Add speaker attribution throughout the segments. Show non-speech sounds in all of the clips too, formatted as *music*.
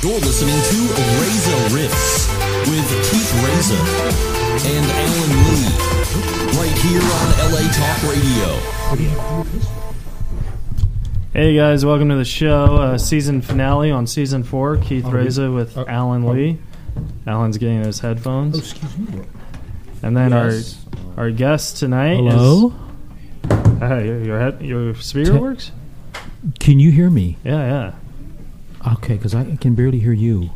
Speaker 1: You're listening to Razor Riffs with Keith Razor and Alan Lee right here on LA Talk Radio.
Speaker 2: Hey guys, welcome to the show. Uh, season finale on season four. Keith Reza with
Speaker 3: oh,
Speaker 2: Alan
Speaker 3: oh.
Speaker 2: Lee. Alan's getting his
Speaker 3: Oh,
Speaker 2: headphones,
Speaker 3: excuse me. bro.
Speaker 2: and then
Speaker 3: Yes.
Speaker 2: our our guest tonight.
Speaker 4: Hello?
Speaker 2: Is, hey, your- your head, your speaker
Speaker 4: Te-
Speaker 2: works.
Speaker 4: Can you hear me?
Speaker 2: Yeah, yeah.
Speaker 4: Okay, because I can barely hear you.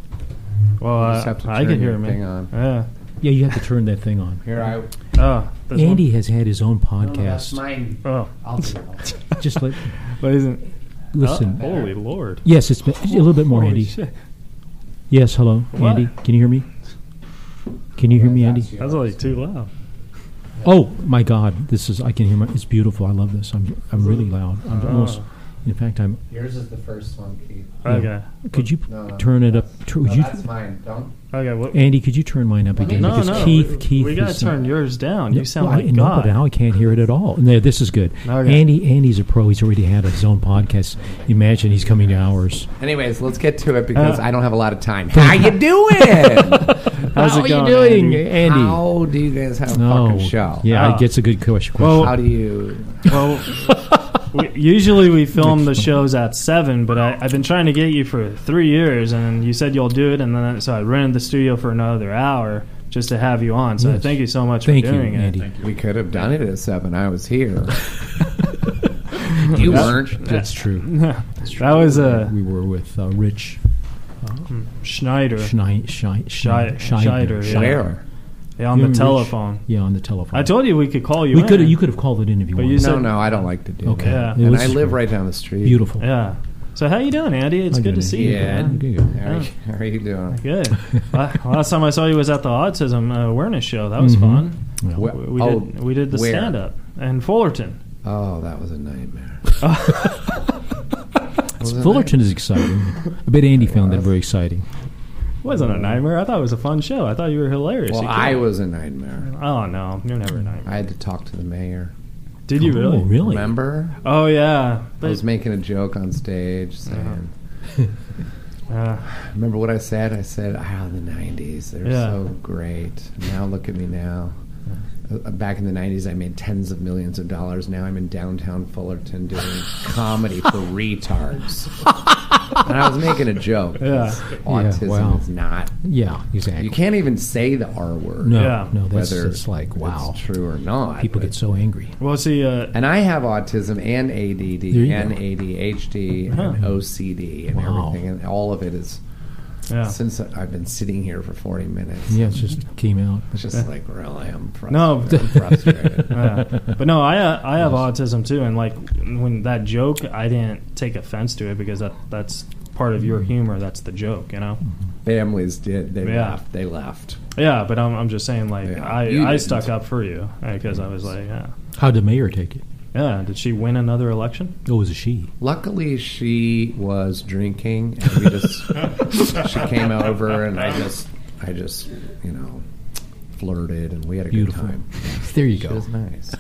Speaker 2: Well,
Speaker 3: just
Speaker 2: uh,
Speaker 3: have to
Speaker 2: I can
Speaker 3: turn
Speaker 2: hear
Speaker 3: your
Speaker 2: me.
Speaker 3: thing on.
Speaker 2: Yeah.
Speaker 4: Yeah, you have to turn that thing on.
Speaker 3: Here I.
Speaker 2: Oh, this one?
Speaker 4: Andy has had his own
Speaker 5: No, that's
Speaker 4: podcast.
Speaker 5: mine.
Speaker 2: Oh,
Speaker 5: I'll do it.
Speaker 4: Just like
Speaker 2: but isn't?
Speaker 4: listen.
Speaker 2: Oh, holy lord.
Speaker 4: Yes, it's been, a little bit more,
Speaker 2: Holy
Speaker 4: Andy.
Speaker 2: shit.
Speaker 4: Yes, hello,
Speaker 2: What?
Speaker 4: Andy. Can you hear me? Can you *laughs* hear me, Andy?
Speaker 2: That's like too loud.
Speaker 4: Oh my God, this is. I can hear my. It's beautiful. I love this. I'm. I'm really loud. I'm almost.
Speaker 2: Oh.
Speaker 4: In fact, I'm.
Speaker 5: Yours is the first one, Keith.
Speaker 2: Okay.
Speaker 4: Could you
Speaker 5: No, no,
Speaker 4: turn it up? tur-
Speaker 5: No,
Speaker 4: would you,
Speaker 5: that's mine. Don't.
Speaker 2: Okay. What?
Speaker 4: Andy, could you turn mine up again?
Speaker 2: no,
Speaker 4: because
Speaker 2: no.
Speaker 4: Keith,
Speaker 2: we,
Speaker 4: Keith,
Speaker 2: we gotta
Speaker 4: is uh, not-
Speaker 2: turn yours down.
Speaker 4: Yeah,
Speaker 2: You sound
Speaker 4: well, I-
Speaker 2: like
Speaker 4: no,
Speaker 2: God.
Speaker 4: but now I can't hear it at all. No, this is good.
Speaker 2: Okay.
Speaker 4: Andy, Andy's a pro. He's already had his own podcast. Imagine he's coming to ours.
Speaker 3: Anyways, let's get to it because
Speaker 2: Uh,
Speaker 3: I don't have a lot of time.
Speaker 4: *laughs*
Speaker 3: How you doing?
Speaker 2: How's
Speaker 4: How
Speaker 2: it
Speaker 4: are
Speaker 2: going,
Speaker 4: you doing,
Speaker 2: Andy?
Speaker 4: Andy?
Speaker 3: How do you guys have a
Speaker 4: No,
Speaker 3: fucking show?
Speaker 4: yeah,
Speaker 2: Ah.
Speaker 4: it gets a good question.
Speaker 2: Well-
Speaker 3: How do you?
Speaker 2: Well, we, usually we film the shows at seven, but I, I've been trying to get you for three years, and you said you'll do it, and then so I rented the studio for another hour just to have you on. So
Speaker 4: Yes.
Speaker 2: thank you so much
Speaker 4: Thank
Speaker 2: for
Speaker 4: you,
Speaker 2: doing it.
Speaker 4: Andy.
Speaker 3: We could have done it at seven. I was here. you weren't.
Speaker 4: That's
Speaker 2: *laughs*
Speaker 4: true.
Speaker 2: That was a
Speaker 4: we were with uh, Rich
Speaker 2: Schneider
Speaker 4: Schneider.
Speaker 2: Schei- Scheider, yeah.
Speaker 3: Where?
Speaker 2: yeah, on
Speaker 4: You
Speaker 2: the
Speaker 4: and Rich-
Speaker 2: telephone.
Speaker 4: Yeah, on the telephone.
Speaker 2: I told you we could call you.
Speaker 4: we could.
Speaker 2: in.
Speaker 4: You could have called it in if you
Speaker 2: But you
Speaker 4: wanted.
Speaker 2: said-
Speaker 3: No, no, I don't like to do.
Speaker 4: okay.
Speaker 2: Yeah.
Speaker 3: That.
Speaker 4: It
Speaker 3: And
Speaker 4: was
Speaker 3: I live right down the street.
Speaker 4: Beautiful.
Speaker 2: Yeah. So how you doing, Andy? It's
Speaker 4: I'm
Speaker 2: good to
Speaker 4: good,
Speaker 2: see you.
Speaker 3: Yeah.
Speaker 2: man.
Speaker 4: Okay.
Speaker 3: How are you, how are you doing?
Speaker 2: Good. La- Last time I saw you was at the Autism uh, Awareness Show. That was
Speaker 4: Mhm.
Speaker 2: fun.
Speaker 4: Well,
Speaker 3: Well-
Speaker 2: We, we
Speaker 3: Oh,
Speaker 2: did. We did the
Speaker 3: where?
Speaker 2: stand up
Speaker 4: *laughs*
Speaker 2: in Fullerton. *laughs*
Speaker 3: Oh, that was a nightmare. Wasn't
Speaker 4: Fullerton is exciting. I bet Andy found that very exciting.
Speaker 2: wasn't a nightmare. I thought it was a fun show. I thought you were hilarious.
Speaker 3: Well,
Speaker 2: You
Speaker 3: I
Speaker 2: killed
Speaker 3: was a nightmare.
Speaker 2: it. Oh no, you're never a nightmare.
Speaker 3: I had to talk to the mayor.
Speaker 2: Did you really?
Speaker 4: Oh, really?
Speaker 3: Remember?
Speaker 2: Oh yeah.
Speaker 3: I
Speaker 2: But- Uh-huh.
Speaker 3: was making a joke on stage saying,
Speaker 2: uh,
Speaker 3: remember what I said? I said, ah, the 90s, they're
Speaker 2: Yeah.
Speaker 3: so great. Now look at me now. Uh, Back in the 90s, I made tens of millions of dollars. Now I'm in downtown
Speaker 2: *laughs*
Speaker 3: Fullerton doing comedy for retards. and I was making a joke.
Speaker 2: Yeah.
Speaker 3: 'cause Autism
Speaker 4: Yeah, wow.
Speaker 3: is not.
Speaker 4: Yeah, exactly.
Speaker 3: You can't even say the R word.
Speaker 4: no,
Speaker 2: Yeah.
Speaker 4: no, that's
Speaker 3: Whether
Speaker 4: it's like wow.
Speaker 3: It's true or not.
Speaker 4: People
Speaker 3: but-
Speaker 4: get so angry.
Speaker 2: well, see, uh,
Speaker 3: And I have autism and ADD
Speaker 4: There you
Speaker 3: and
Speaker 4: go.
Speaker 3: ADHD
Speaker 2: Huh.
Speaker 3: and OCD and
Speaker 4: Wow.
Speaker 3: everything, and all of it is
Speaker 2: yeah.
Speaker 3: *laughs* since I've been sitting here for forty minutes.
Speaker 4: Yeah, it just came out.
Speaker 3: It's just like really, I'm frustrated.
Speaker 2: No,
Speaker 3: I'm
Speaker 4: *laughs*
Speaker 3: frustrated.
Speaker 2: yeah. But no, I uh, I have autism too, and like when that joke, I didn't take offense to it because that that's part of your
Speaker 3: Mm-hmm.
Speaker 2: humor. That's the joke, you know.
Speaker 3: Families did. They
Speaker 2: Yeah.
Speaker 3: left. They left.
Speaker 2: Yeah, but I'm I'm just saying like
Speaker 3: Yeah, you
Speaker 2: I I
Speaker 3: didn't.
Speaker 2: stuck up for you because I was like yeah
Speaker 4: How'd the mayor take it?
Speaker 2: yeah. Did she win another election?
Speaker 4: Oh, it was a she.
Speaker 3: Luckily, she was drinking, and we
Speaker 4: *laughs*
Speaker 3: just she came over, and I just I just you know flirted, and we had a
Speaker 4: Beautiful.
Speaker 3: good time.
Speaker 4: There you
Speaker 3: It
Speaker 4: go.
Speaker 3: was nice.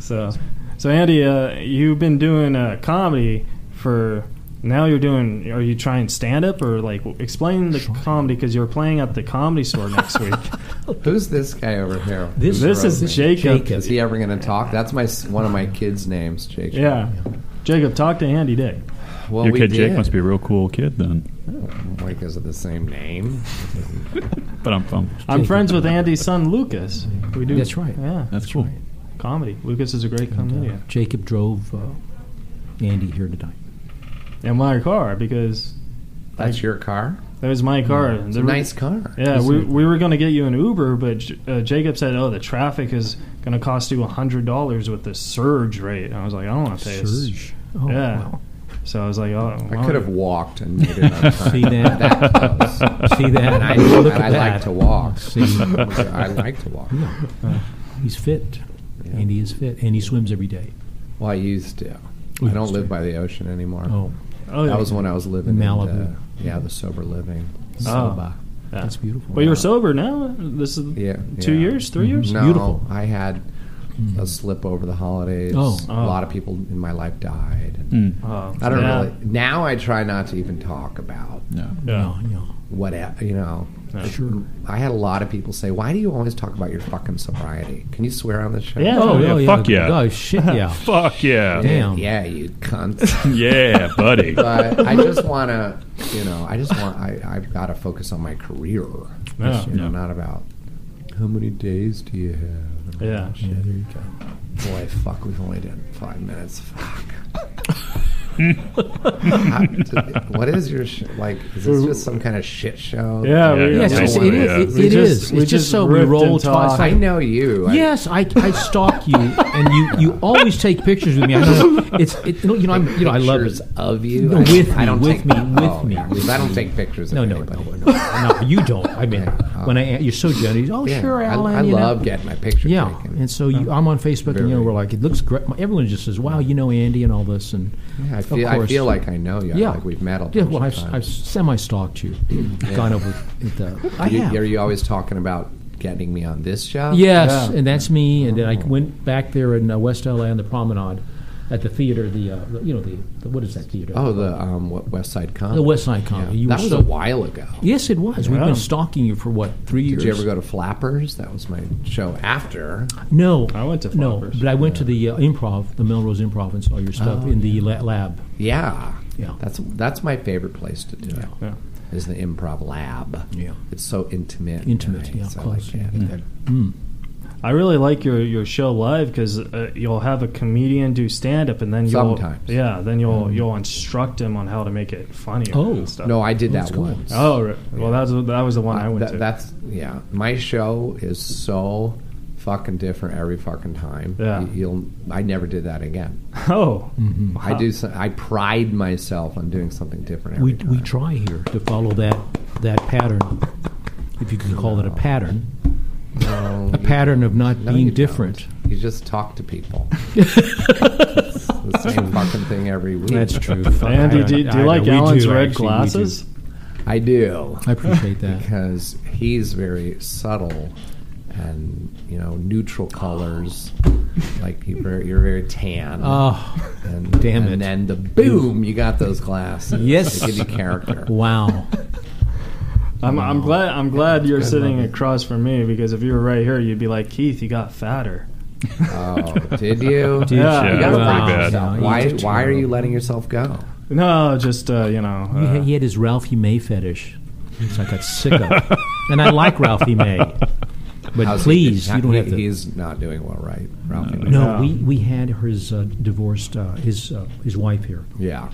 Speaker 2: So, so Andy, uh, you've been doing uh, comedy for now. You're doing. Are you trying stand up or like explain the comedy because you're playing at the comedy store next week?
Speaker 3: Who's this guy over here?
Speaker 4: This-
Speaker 3: Who
Speaker 2: this
Speaker 3: wrote
Speaker 2: is
Speaker 3: me?
Speaker 2: Jacob.
Speaker 4: Jacob.
Speaker 3: Is he ever going to talk? That's my s- one of my kids' names, Jake.
Speaker 2: Yeah, Jacob, talk to Andy Dick.
Speaker 3: Well,
Speaker 6: Your
Speaker 3: we
Speaker 6: kid Jake
Speaker 3: did.
Speaker 6: must be a real cool kid then.
Speaker 3: Like, is it the same
Speaker 4: *laughs*
Speaker 3: name?
Speaker 6: But I'm from.
Speaker 2: *laughs* I'm friends with Andy's son Lucas. We do.
Speaker 4: That's right.
Speaker 2: Yeah,
Speaker 6: That's cool.
Speaker 2: comedy. Lucas is a great comedian.
Speaker 4: Jacob drove uh, Andy here tonight.
Speaker 2: In my car because
Speaker 3: That's your car.
Speaker 2: that was my car.
Speaker 3: It's
Speaker 2: The-
Speaker 3: a nice car.
Speaker 2: Yeah, we, we were going to get you an Uber, but J- uh, Jacob said, "Oh, the traffic is going to cost you hundred dollars with the surge rate." And I was like, "I don't want to pay." a s-
Speaker 4: Surge. Oh,
Speaker 2: Yeah. *laughs*
Speaker 4: wow.
Speaker 2: So I was like, "Oh,
Speaker 3: I could have walked and made it on time.
Speaker 4: See
Speaker 3: *laughs*
Speaker 4: that?
Speaker 3: close.
Speaker 4: See that?
Speaker 3: And I,
Speaker 4: Look at
Speaker 3: and I like
Speaker 4: that.
Speaker 3: to walk.
Speaker 4: *laughs* See?
Speaker 3: *laughs* I like to walk.
Speaker 4: He's fit. Andy is fit, and he swims every day.
Speaker 3: Well, I used
Speaker 4: Ooh,
Speaker 3: to. I don't
Speaker 4: that's
Speaker 3: live by the ocean anymore.
Speaker 4: Oh,
Speaker 2: Oh,
Speaker 3: That was when I was living In,
Speaker 4: Malibu. Oh.
Speaker 3: uh, yeah, the sober living. Soba.
Speaker 2: yeah.
Speaker 4: that's beautiful.
Speaker 2: But you're sober now. This is
Speaker 3: Yeah.
Speaker 2: two
Speaker 3: yeah.
Speaker 2: years, 3 years.
Speaker 3: No,
Speaker 4: Beautiful.
Speaker 3: I had a slip over the holidays.
Speaker 4: Oh.
Speaker 2: Oh.
Speaker 3: A lot of people in my life died.
Speaker 6: Mm.
Speaker 2: Oh,
Speaker 3: I don't
Speaker 2: yeah.
Speaker 3: really. Now I try not to even talk about
Speaker 6: No.
Speaker 2: Yeah.
Speaker 4: No, no.
Speaker 3: what e- you know.
Speaker 4: Sure.
Speaker 3: I had a lot of people say, "Why do you always talk about your fucking sobriety? Can you swear on this show?"
Speaker 2: Yeah.
Speaker 6: Oh,
Speaker 4: no,
Speaker 6: yeah, fuck yeah.
Speaker 4: Oh, shit,
Speaker 2: *laughs*
Speaker 4: yeah.
Speaker 6: Fuck yeah.
Speaker 4: Damn.
Speaker 3: yeah, you cunt.
Speaker 6: *laughs* Yeah, buddy.
Speaker 3: but I just want to, you know, I just want, I, I've got to focus on my career.
Speaker 2: Yeah.
Speaker 3: You know, not about how many days do you have?
Speaker 2: Yeah.
Speaker 4: Yeah, there you go.
Speaker 3: Boy, fuck, we've only done five
Speaker 4: *laughs*
Speaker 3: minutes. Fuck. How- what is your, sh- like, is this just some kind of shit show?
Speaker 2: Yeah, we-
Speaker 6: Yeah,
Speaker 4: Yes,
Speaker 6: yeah,
Speaker 4: it's, it,
Speaker 6: basically,
Speaker 4: is-
Speaker 6: yeah.
Speaker 4: it-
Speaker 2: We
Speaker 4: it
Speaker 2: just-
Speaker 4: is.
Speaker 2: we
Speaker 4: It's just
Speaker 2: just
Speaker 4: so we
Speaker 2: ripped
Speaker 4: roll
Speaker 2: and
Speaker 4: twice.
Speaker 2: talked.
Speaker 3: I know you. I-
Speaker 4: Yes, I, I stalk you, and you, you always take pictures with me. I don't know. It's it, you know I'm you know I love
Speaker 3: pictures
Speaker 4: it.
Speaker 3: of you.
Speaker 4: No,
Speaker 3: I,
Speaker 4: with
Speaker 3: I don't
Speaker 4: me,
Speaker 3: take,
Speaker 4: with me, with
Speaker 3: oh,
Speaker 4: me,
Speaker 3: yeah,
Speaker 4: with
Speaker 3: I don't
Speaker 4: me.
Speaker 3: take pictors of
Speaker 4: No, no, no,
Speaker 3: anybody.
Speaker 4: no, no, you don't. I mean, when I you're so generous. Oh,
Speaker 3: Yeah,
Speaker 4: sure,
Speaker 3: I,
Speaker 4: Alan.
Speaker 3: I
Speaker 4: you know.
Speaker 3: love getting my picture
Speaker 4: Yeah,
Speaker 3: taken.
Speaker 4: and so you, I'm on Facebook, and you know
Speaker 3: Very.
Speaker 4: we're like, it looks great. Everyone just says, "Wow, you know Andy and all this," and
Speaker 3: Yeah, I
Speaker 4: of
Speaker 3: feel, I
Speaker 4: course.
Speaker 3: feel like I know you.
Speaker 4: yeah,
Speaker 3: like we've met. A
Speaker 4: Yeah,
Speaker 3: bunch
Speaker 4: well,
Speaker 3: of
Speaker 4: I've,
Speaker 3: times.
Speaker 4: I've semi-stalked you, gone over it. uh, I
Speaker 3: You-
Speaker 4: have.
Speaker 3: Are you always talking about getting me on this show?
Speaker 4: Yes,
Speaker 2: Yeah.
Speaker 4: and that's me. And then
Speaker 3: Oh.
Speaker 4: I went back there in uh, West LA on the Promenade, at the theater. The uh, the- you know the, the what is that theater?
Speaker 3: Oh, the um, what, West Side Comedy.
Speaker 4: the West Side Comedy. You
Speaker 3: that
Speaker 4: were
Speaker 3: was
Speaker 4: so-
Speaker 3: a while ago.
Speaker 4: Yes, it was. We've
Speaker 2: Yeah.
Speaker 4: been stalking you for what three years?
Speaker 3: Did you ever go to Flappers? That was my show after.
Speaker 4: No,
Speaker 2: I went to
Speaker 4: no,
Speaker 2: Flappers.
Speaker 4: but I went to the uh, improv, the Melrose Improv, and
Speaker 3: Oh,
Speaker 4: saw your stuff in the la- lab.
Speaker 3: Yeah.
Speaker 4: Yeah.
Speaker 3: That's that's my favorite place to do it.
Speaker 2: Yeah.
Speaker 3: Is the improv lab.
Speaker 4: Yeah.
Speaker 3: It's so intimate.
Speaker 4: Intimate,
Speaker 3: and I-
Speaker 4: yeah, Mm-hmm.
Speaker 3: so I
Speaker 4: close,
Speaker 3: like it.
Speaker 2: I really like your, your show live because uh, you'll have a comedian do stand up and then you'll
Speaker 3: Sometimes. Mm-hmm.
Speaker 2: yeah then you'll you'll instruct him on how to make it funnier.
Speaker 4: Oh.
Speaker 2: and stuff.
Speaker 3: No, I did that
Speaker 4: that's cool.
Speaker 3: once.
Speaker 2: Oh, right. well, that's that was the one I went
Speaker 3: That-
Speaker 2: to.
Speaker 3: That's yeah. My show is so fucking different every fucking time.
Speaker 2: Yeah.
Speaker 3: You- You'll. I never did that again.
Speaker 2: *laughs* oh,
Speaker 3: I do. so- I pride myself on doing something different. Every
Speaker 4: We
Speaker 3: time.
Speaker 4: we try here to follow that that pattern, if you can call it a pattern,
Speaker 3: No,
Speaker 4: a pattern of not
Speaker 3: no, you
Speaker 4: being
Speaker 3: don't.
Speaker 4: different.
Speaker 3: *laughs* You just talk to people. it's the
Speaker 4: *laughs*
Speaker 3: same fucking thing every week.
Speaker 4: That's true.
Speaker 2: Andy, do, do you like Alan's red glasses?
Speaker 3: I do
Speaker 4: I appreciate
Speaker 3: *laughs*
Speaker 4: that.
Speaker 3: because he's very subtle and you know neutral colors. Like you're very, you're very tan.
Speaker 4: Oh,
Speaker 3: and
Speaker 4: damn
Speaker 3: and
Speaker 4: it.
Speaker 3: then the boom, you got those glasses.
Speaker 4: Yes.
Speaker 3: they give you character.
Speaker 4: *laughs* wow.
Speaker 2: I'm, I'm glad I'm glad you're sitting across from me because if you were right here, you'd be like Keith, you got fatter.
Speaker 3: Oh, did you?
Speaker 4: Did
Speaker 2: Yeah,
Speaker 3: You
Speaker 2: you?
Speaker 3: gotta
Speaker 2: Wow.
Speaker 3: prop
Speaker 6: Pretty bad.
Speaker 3: yourself.
Speaker 4: Yeah,
Speaker 3: Why?
Speaker 4: you did
Speaker 3: Why are
Speaker 4: too.
Speaker 3: you letting yourself go?
Speaker 2: No, just uh, you know.
Speaker 4: He
Speaker 2: uh,
Speaker 3: Uh-huh.
Speaker 4: had, he had his Ralphie May fetish, which I got sick
Speaker 3: *laughs*
Speaker 4: of. and I like Ralphie May, but
Speaker 3: How's he-
Speaker 4: please,
Speaker 3: he-
Speaker 4: you don't have to.
Speaker 3: He's uh, not doing well, right, Ralphie?
Speaker 4: no,
Speaker 2: Yeah.
Speaker 4: we, we had his uh, divorced uh, his uh, his wife here.
Speaker 3: Yeah.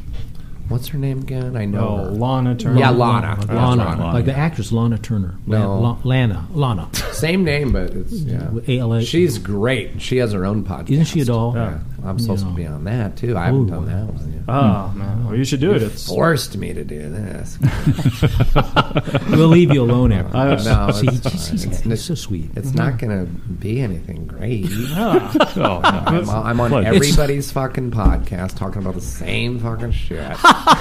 Speaker 3: What's her name again? I know.
Speaker 2: oh,
Speaker 3: her.
Speaker 2: Lana Turner.
Speaker 3: Yeah, Lana.
Speaker 4: Lana,
Speaker 3: That's
Speaker 4: Lana,
Speaker 3: Lana.
Speaker 4: like the actress Lana Turner.
Speaker 3: No.
Speaker 4: La- La- Lana, Lana.
Speaker 3: Same name, but it's yeah.
Speaker 4: With ALA.
Speaker 3: She's great. She has her own podcast.
Speaker 4: Isn't she a doll?
Speaker 3: Yeah. I'm supposed
Speaker 4: Yeah.
Speaker 3: to be on that too. I haven't
Speaker 4: Ooh.
Speaker 3: done that one. Yet.
Speaker 2: Oh man, well you should do it. It's
Speaker 3: Hmm. Forced me to do this.
Speaker 4: *laughs*
Speaker 6: *laughs*
Speaker 4: We'll leave you alone after.
Speaker 2: I don't
Speaker 3: No,
Speaker 4: See,
Speaker 3: it's,
Speaker 4: he's, he's,
Speaker 3: fine. It's
Speaker 4: he's
Speaker 3: n-
Speaker 4: so sweet.
Speaker 3: it's
Speaker 2: *laughs*
Speaker 3: not going to be anything great.
Speaker 6: Oh, no.
Speaker 3: I'm, I'm on
Speaker 6: Pleasure.
Speaker 3: everybody's fucking podcast talking about the same
Speaker 2: *laughs*
Speaker 3: fucking shit.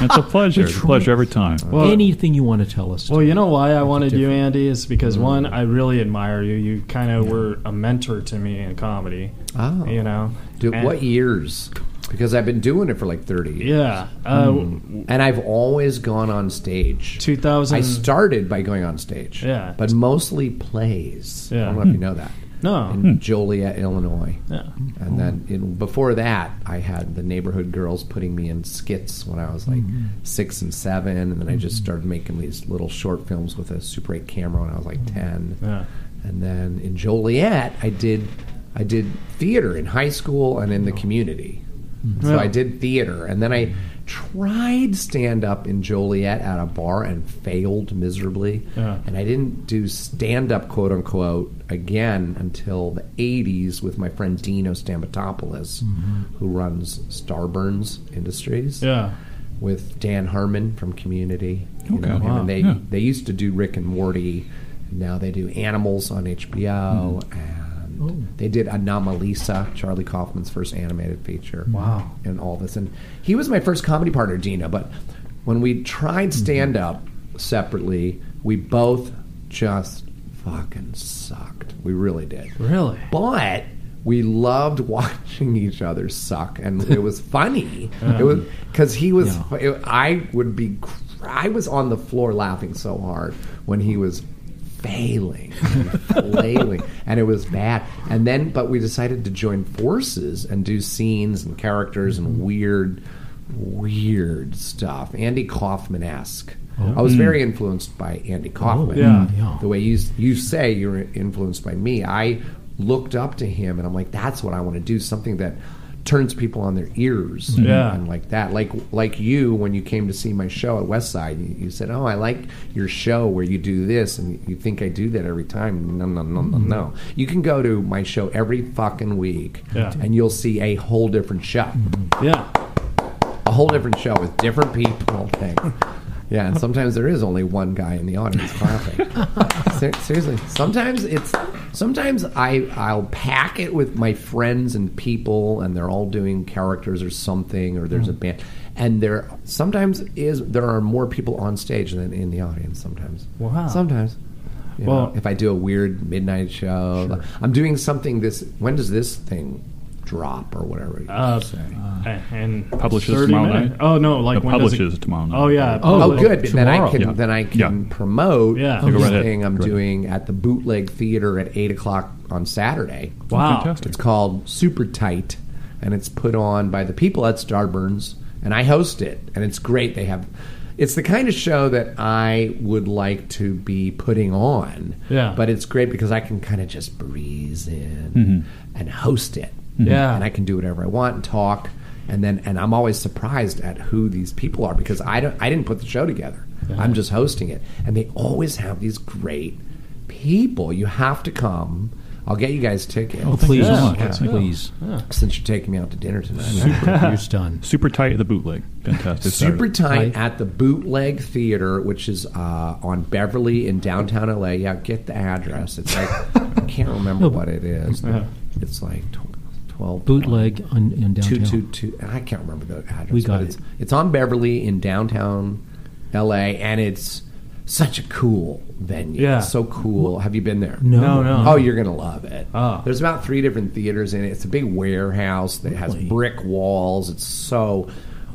Speaker 6: It's a pleasure. It's a pleasure every time.
Speaker 2: Well-
Speaker 4: Anything you want to tell us?
Speaker 2: Well, you know why I wanted you, Andy, is because
Speaker 3: Hmm.
Speaker 2: one, I really admire you. You kind of were a mentor to me in comedy.
Speaker 3: Oh.
Speaker 2: You know,
Speaker 3: Dude,
Speaker 2: And-
Speaker 3: what years? Because I've been doing it for like 30 years.
Speaker 2: Yeah, uh,
Speaker 3: And I've always gone on stage.
Speaker 2: 2000
Speaker 3: Hmm. I started by going on stage.
Speaker 2: Yeah. Hmm.
Speaker 3: But mostly plays. I
Speaker 2: Yeah.
Speaker 3: don't know if you know that.
Speaker 2: No.
Speaker 3: In Joliet, Illinois.
Speaker 2: Yeah.
Speaker 3: And then
Speaker 2: Oh.
Speaker 3: in, before that, I had the neighborhood girls putting me in skits when I was like
Speaker 2: Mm-hmm.
Speaker 3: six and seven. And then I just started making these little short films with a Super 8 camera when I was like 10.
Speaker 2: Mm-hmm. Yeah.
Speaker 3: And then in Joliet, I did I did theater in high school and in
Speaker 2: Oh.
Speaker 3: the community.
Speaker 2: Mm-hmm.
Speaker 3: So I did theater, and then I tried stand up in Joliet at a bar and failed miserably.
Speaker 2: Yeah.
Speaker 3: And I didn't do stand up, quote unquote, again until the '80s with my friend Dino Stamatopoulos, who runs Starburns Industries
Speaker 2: yeah,
Speaker 3: with Dan Harmon from Community. You
Speaker 6: Okay.
Speaker 3: know, him
Speaker 2: Wow.
Speaker 3: and they
Speaker 6: Yeah.
Speaker 3: they used to do Rick and Morty. Now they do Animals on HBO, and they did Anomalisa, Charlie Kaufman's first animated feature.
Speaker 2: Wow.
Speaker 3: And all this, and he was my first comedy partner, Dino. But when we tried stand up separately, we both just fucking sucked. We really did.
Speaker 2: really.
Speaker 3: But we loved watching each other suck, and it was funny. It was because he was. it- I would be. cr- I was on the floor laughing so hard when he was failing, flailing, and it was bad. And then, but we decided to join forces and do scenes and characters and weird, weird stuff. Andy Kaufman esque. I was very influenced by Andy Kaufman.
Speaker 2: yeah.
Speaker 4: Yeah.
Speaker 3: The way you you say you're influenced by me, I looked up to him and I'm like, that's what I want to do. Something that turns people on their ears
Speaker 2: Yeah.
Speaker 3: and like that like like you when you came to see my show at westside you, you said oh i like your show where you do this and you think i do that every time no no no no no you can go to my show every fucking week
Speaker 2: Mm-hmm. Yeah. Mm-hmm.
Speaker 3: and you'll see a whole different show
Speaker 2: Yeah.
Speaker 3: a whole different show with different people *laughs* thing. Yeah, and sometimes there is only one guy in the audience clapping. Ser- seriously, sometimes it's sometimes I I'll pack it with my friends and people, and they're all doing characters or something, or there's a band, and there sometimes is there are more people on stage than in the audience. Sometimes,
Speaker 2: Wow.
Speaker 3: sometimes. You know,
Speaker 2: Well-
Speaker 3: if I do a weird midnight show, I'm doing something. This when does this thing drop or whatever? you
Speaker 2: Uh,
Speaker 3: say?
Speaker 2: and
Speaker 6: Publishes
Speaker 2: 30
Speaker 6: tomorrow
Speaker 2: minute-
Speaker 6: night?
Speaker 2: Oh no! Like
Speaker 6: It
Speaker 2: when does it-
Speaker 6: publishes tomorrow night.
Speaker 2: Oh yeah.
Speaker 3: Oh,
Speaker 2: publish-
Speaker 3: good. Then I
Speaker 4: tomorrow.
Speaker 3: can
Speaker 6: Yeah.
Speaker 3: then I can
Speaker 6: Yeah.
Speaker 3: promote
Speaker 2: Yeah.
Speaker 3: this
Speaker 2: Go
Speaker 6: right ahead.
Speaker 3: thing I'm
Speaker 6: Go right
Speaker 3: doing at the Bootleg Theater at eight o'clock on Saturday.
Speaker 2: Wow.
Speaker 6: Fantastic.
Speaker 3: It's called Super Tight, and it's put on by the people at Starburns, and I host it, and it's great. They have. It's the kind of show that I would like to be putting on.
Speaker 2: Yeah.
Speaker 3: But it's great because I can kind of just breeze in
Speaker 4: Mm-hmm.
Speaker 3: and host it.
Speaker 2: Yeah.
Speaker 3: And I can do whatever I want and talk. And then, and I'm always surprised at who these people are because I don't, I didn't put the show together. I'm just hosting it, and they always have these great people. You have to come. I'll get you guys tickets.
Speaker 4: Oh, please,
Speaker 2: Yeah.
Speaker 4: so much.
Speaker 3: Yeah.
Speaker 4: please.
Speaker 3: Since you're taking me out to
Speaker 2: *laughs*
Speaker 3: dinner tonight.
Speaker 4: Super, you're
Speaker 3: *laughs*
Speaker 4: stunned.
Speaker 6: Super tight at the bootleg. Fantastic.
Speaker 3: Super
Speaker 6: Saturday.
Speaker 3: tight
Speaker 4: Right.
Speaker 3: at the Bootleg Theater, which is uh, on Beverly in downtown LA. Yeah, get the address. It's like I can't remember what it is. It's like tw- twelve
Speaker 4: Bootleg on, in downtown.
Speaker 3: two two two. and I can't remember the address.
Speaker 4: We got
Speaker 3: but
Speaker 4: it.
Speaker 3: It's, it's on Beverly in downtown L.A. and it's such a cool venue.
Speaker 2: Yeah.
Speaker 3: so cool. Have you been there?
Speaker 2: No, no.
Speaker 3: Oh, you're gonna love it.
Speaker 2: Oh.
Speaker 3: There's about three different theaters in it. It's a big warehouse that has brick walls. It's so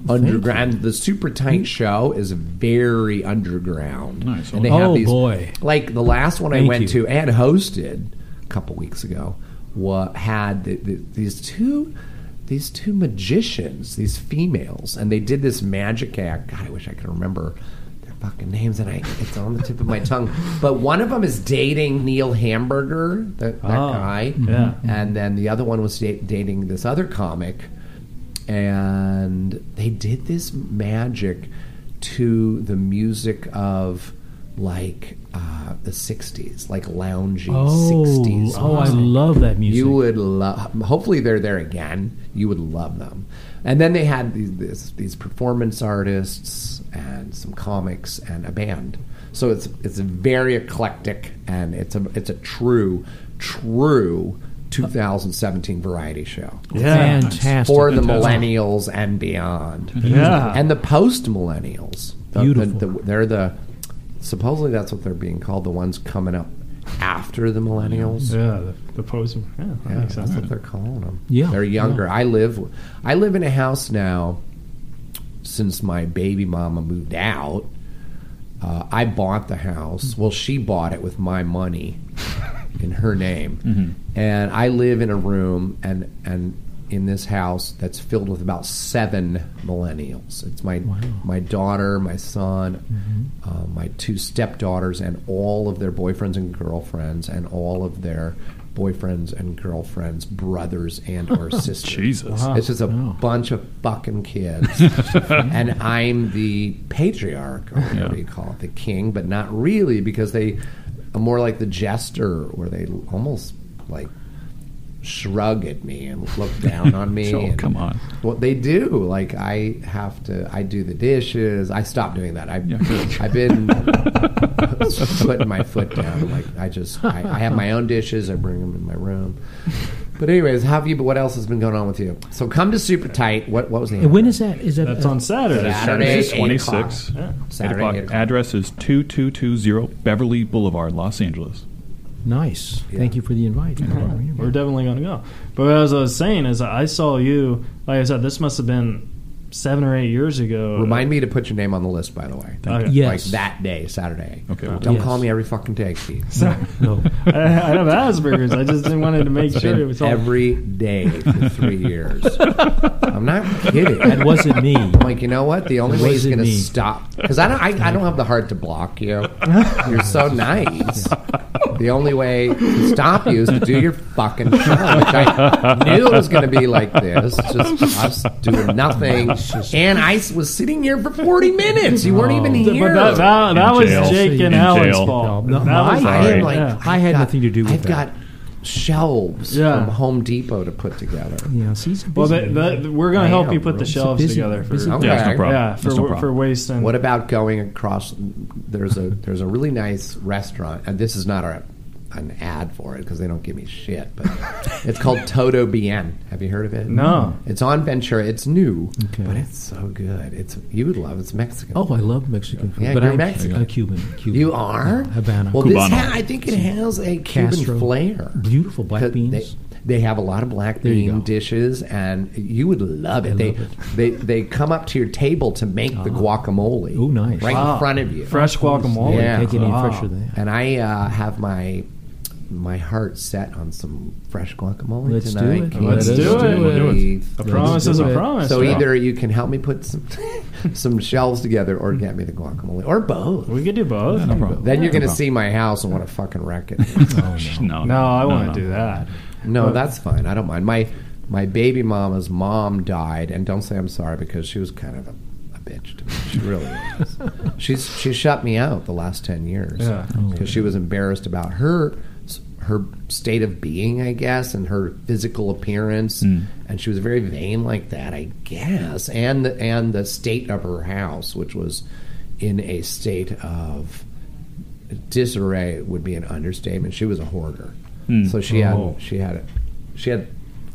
Speaker 3: underground. The super tight show is very underground.
Speaker 6: Nice.
Speaker 3: And they
Speaker 4: Oh,
Speaker 3: have these,
Speaker 4: boy.
Speaker 3: Like the last one I
Speaker 4: Thank
Speaker 3: went
Speaker 4: you.
Speaker 3: to to and hosted a couple weeks ago what had the, the, these two these two magicians these females and they did this magic act god i wish i could remember their fucking names and i it's on the tip of my tongue but one of them is dating neil hamburger that, that
Speaker 2: Oh,
Speaker 3: guy
Speaker 2: yeah.
Speaker 4: Mm-hmm.
Speaker 3: and then the other one was da- dating this other comic and they did this magic to the music of like uh, the 60s like loungy
Speaker 4: Oh,
Speaker 3: 60s
Speaker 4: oh, I
Speaker 3: music.
Speaker 4: love that music.
Speaker 3: you would love hopefully they're there again you would love them and then they had these this, these performance artists and some comics and a band so it's it's very eclectic and it's a it's a true true 2017 variety show
Speaker 2: Yeah.
Speaker 4: Fantastic.
Speaker 3: for the millennials and beyond.
Speaker 2: Yeah.
Speaker 3: And the post millennials.
Speaker 4: Beautiful.
Speaker 3: they're the supposedly that's what they're being called, the ones coming up after the millennials.
Speaker 2: Yeah. The, the post. Yeah. That
Speaker 3: Yeah,
Speaker 2: makes
Speaker 3: that's
Speaker 2: sense.
Speaker 3: what they're calling them.
Speaker 4: Yeah,
Speaker 3: they're younger. I live, I live in a house now. Since my baby mama moved out, uh, I bought the house. Well, she bought it with my money in her name, and I live in a room and and in this house that's filled with about seven millennials. It's my my daughter, my son, uh, my two stepdaughters, and all of their boyfriends and girlfriends, and all of their boyfriends and girlfriends, brothers and or sisters.
Speaker 6: Jesus.
Speaker 3: It's just a bunch of fucking kids.
Speaker 6: *laughs*
Speaker 3: and I'm the patriarch, or whatever you call it, the king, but not really because they are more like the jester, where they almost like shrug at me and look down on me.
Speaker 6: *laughs* Oh,
Speaker 3: and
Speaker 6: come on.
Speaker 3: What they do, like I have to, I do the dishes. I stopped doing that. I,
Speaker 6: Yeah,
Speaker 3: *laughs*
Speaker 6: good.
Speaker 3: I've been putting my foot down. Like I just, I, I have my own dishes. I bring them in my room. But anyways, how have you? But what else has been going on with you? So come to Super Tight. What what was the
Speaker 4: And when is that? Is that
Speaker 2: That's
Speaker 4: uh,
Speaker 2: on Saturday.
Speaker 3: Saturday,
Speaker 6: It's
Speaker 3: eight
Speaker 6: 26.
Speaker 3: o'clock.
Speaker 6: Eight
Speaker 3: Saturday,
Speaker 6: o'clock.
Speaker 3: eight o'clock.
Speaker 6: Address is 2220 Beverly Boulevard, Los Angeles.
Speaker 4: Nice. Thank
Speaker 3: Yeah.
Speaker 4: you for the invite.
Speaker 2: We're definitely going to go. But as I was saying is I saw you. Like I said, this must have been seven or eight years ago.
Speaker 3: Remind me to put your name on the list, by the way.
Speaker 2: Okay.
Speaker 4: Yes.
Speaker 3: Like that day, Saturday.
Speaker 6: Okay, we'll do
Speaker 3: Don't
Speaker 4: that.
Speaker 3: call me every fucking day, Steve.
Speaker 6: *laughs*
Speaker 4: No.
Speaker 2: I, I have Asperger's. I just didn't wanted to make
Speaker 6: *laughs*
Speaker 3: It's
Speaker 2: sure
Speaker 3: been
Speaker 2: it was all.
Speaker 3: every day for *laughs* three years.
Speaker 4: *laughs*
Speaker 3: I'm not kidding.
Speaker 4: That wasn't me.
Speaker 3: I'm like, you know what? The only
Speaker 4: It
Speaker 3: way he's
Speaker 4: wasn't
Speaker 3: going to
Speaker 4: me.
Speaker 3: stop because I don't. I, I don't have the heart to
Speaker 4: *laughs*
Speaker 3: block you. You're so nice. The only way to stop you is to do your fucking show. Which I knew it was going to be like this, just us doing nothing. And I was sitting here for 40 minutes. You weren't even
Speaker 4: Oh.
Speaker 2: But
Speaker 3: here.
Speaker 2: that, that, that
Speaker 6: In
Speaker 2: was
Speaker 6: jail.
Speaker 2: Jake
Speaker 4: In
Speaker 2: and Alan's
Speaker 6: jail.
Speaker 2: fault.
Speaker 4: No, no,
Speaker 2: that was,
Speaker 3: I
Speaker 6: Sorry.
Speaker 3: am like,
Speaker 2: Yeah.
Speaker 4: I
Speaker 3: I've
Speaker 4: had
Speaker 3: got-
Speaker 4: nothing to do with
Speaker 3: I've
Speaker 4: that.
Speaker 3: got shelves
Speaker 2: Yeah.
Speaker 3: from Home Depot to put together.
Speaker 4: Yeah, see, he's a
Speaker 2: well,
Speaker 4: busy
Speaker 2: they,
Speaker 4: man.
Speaker 2: they, we're going to
Speaker 3: I
Speaker 2: help
Speaker 3: am,
Speaker 2: you put
Speaker 3: bro.
Speaker 2: the
Speaker 3: It's a
Speaker 2: shelves
Speaker 4: busy-
Speaker 2: together for
Speaker 4: busy-
Speaker 3: Okay.
Speaker 6: Yeah, it's no problem.
Speaker 2: yeah for
Speaker 6: It's no
Speaker 2: wa- for
Speaker 6: problem.
Speaker 2: wasting.
Speaker 3: What about going across? There's a there's a really nice restaurant, and this is not a, an ad for it because they don't give me shit.
Speaker 4: *laughs*
Speaker 3: But it's called Toto Bien. Have you heard of it?
Speaker 2: No.
Speaker 3: It's on Ventura. It's new,
Speaker 4: Okay.
Speaker 3: but it's so good. It's you would love. it. It's Mexican.
Speaker 4: Oh, I love Mexican food,
Speaker 3: Yeah,
Speaker 4: but
Speaker 3: you're
Speaker 4: I'm
Speaker 3: Mexican.
Speaker 4: I'm Cuban. Cuban.
Speaker 3: you are
Speaker 4: Yeah, Havana.
Speaker 3: Well,
Speaker 6: Cubano.
Speaker 3: this ha- I think it has a Cuban
Speaker 4: Castro.
Speaker 3: flair.
Speaker 4: Beautiful black
Speaker 3: 'Cause
Speaker 4: beans.
Speaker 3: They, they have a lot of black
Speaker 4: There you
Speaker 3: bean
Speaker 4: go.
Speaker 3: dishes, and you would love it.
Speaker 4: I
Speaker 3: they
Speaker 4: love it. Ah.
Speaker 3: they they come up to your table to make the guacamole.
Speaker 4: Ooh, nice.
Speaker 3: Right
Speaker 2: Wow.
Speaker 3: in front of you.
Speaker 2: Ah, fresh guacamole? Ah.
Speaker 3: Yeah.
Speaker 4: Can't get any
Speaker 2: Wow.
Speaker 4: fresher than that.
Speaker 3: And I uh, have my my heart set on some fresh guacamole
Speaker 4: Let's do
Speaker 3: tonight.
Speaker 4: it.
Speaker 3: Can
Speaker 2: Let's
Speaker 3: you
Speaker 2: do it.
Speaker 6: Let's do
Speaker 2: A promise
Speaker 4: do
Speaker 2: is a
Speaker 4: it.
Speaker 2: promise.
Speaker 3: So
Speaker 2: bro.
Speaker 3: either you can help me put some *laughs* some shelves together, or get me the guacamole, or both.
Speaker 2: we could do both.
Speaker 6: No problem.
Speaker 3: Then you're going to see my house and want to fucking wreck it.
Speaker 2: *laughs*
Speaker 6: No,
Speaker 2: No, I won't do that.
Speaker 3: No, that's fine. I don't mind. My my baby mama's mom died, and don't say I'm sorry because she was kind of a, a bitch to me. She really
Speaker 2: *laughs*
Speaker 3: was. She's she shut me out the last ten years
Speaker 2: Yeah.
Speaker 4: Oh,
Speaker 3: because she was embarrassed about her her state of being, I guess, and her physical appearance, and she was very vain like that, I guess, and the, and the state of her house, which was in a state of disarray would be an understatement. She was a hoarder,
Speaker 4: Hmm.
Speaker 3: so she
Speaker 2: Oh.
Speaker 3: had she had she had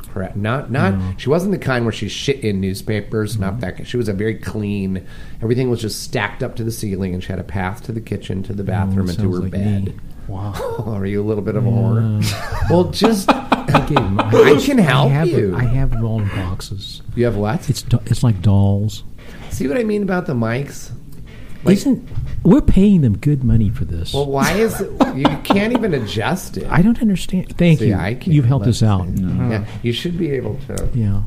Speaker 3: crap. Not not she wasn't the kind where she shit in newspapers. Not that kind. she was a very clean. Everything was just stacked up to the ceiling, and she had a path to the kitchen, to the bathroom, and to
Speaker 4: Oh, sounds
Speaker 3: her
Speaker 4: like
Speaker 3: bed.
Speaker 4: me.
Speaker 3: Wow, *laughs* are you a little bit of a *laughs* hoarder? well, just I
Speaker 4: Gave him-
Speaker 3: can help
Speaker 4: I have
Speaker 3: you.
Speaker 4: I have them all in boxes.
Speaker 3: *laughs* you
Speaker 4: *laughs*
Speaker 3: have what?
Speaker 4: It's do- it's like dolls.
Speaker 3: See what I mean about the mics? Like-
Speaker 4: Isn't we're paying them good money for this?
Speaker 3: Well, why is it, you can't even adjust it?
Speaker 4: I don't understand. Thank
Speaker 3: See,
Speaker 4: you.
Speaker 3: I can't
Speaker 4: You've helped us
Speaker 3: let-
Speaker 4: out.
Speaker 3: Yeah, you should be able to.
Speaker 4: Yeah.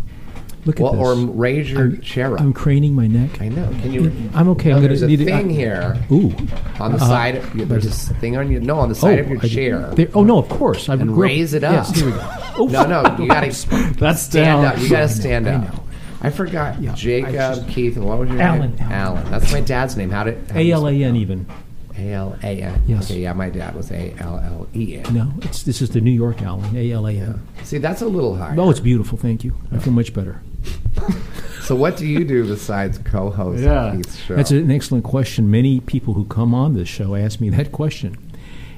Speaker 4: Look
Speaker 3: Well,
Speaker 4: at this.
Speaker 3: or raise your
Speaker 4: I'm-
Speaker 3: chair up.
Speaker 4: I'm craning my neck.
Speaker 3: I know. Can you?
Speaker 4: I'm okay. I'm
Speaker 3: Oh,
Speaker 4: gonna
Speaker 3: there's a
Speaker 4: need it-
Speaker 3: thing
Speaker 4: I-
Speaker 3: here
Speaker 4: Ooh.
Speaker 3: on the
Speaker 4: Uh-huh.
Speaker 3: side. Of, yeah, there's a thing on your no on the side of your
Speaker 4: Oh, I-
Speaker 3: chair.
Speaker 4: there- oh no, of course. I
Speaker 3: And
Speaker 4: grew up-
Speaker 3: raise it up.
Speaker 4: Yes, here we go. Oh,
Speaker 3: *laughs* No, no, you gotta stand
Speaker 2: That's down.
Speaker 3: up. You gotta stand up. I forgot
Speaker 4: Yeah, I
Speaker 3: Jacob,
Speaker 4: just-
Speaker 3: Keith, and what was your
Speaker 4: Alan,
Speaker 3: name?
Speaker 4: Alan.
Speaker 3: That's my dad's name. How did
Speaker 4: A L A N even.
Speaker 3: A L A N.
Speaker 4: Yes.
Speaker 3: Okay, yeah, my dad was A L L E N.
Speaker 4: No, it's this is the New York Allen. A L A N.
Speaker 3: See, that's a little high.
Speaker 4: Oh, it's beautiful. Thank you. I feel much better.
Speaker 3: So, what do you do besides co-host
Speaker 2: Yeah.
Speaker 3: Keith's show?
Speaker 4: That's an excellent question. Many people who come on this show ask me that question.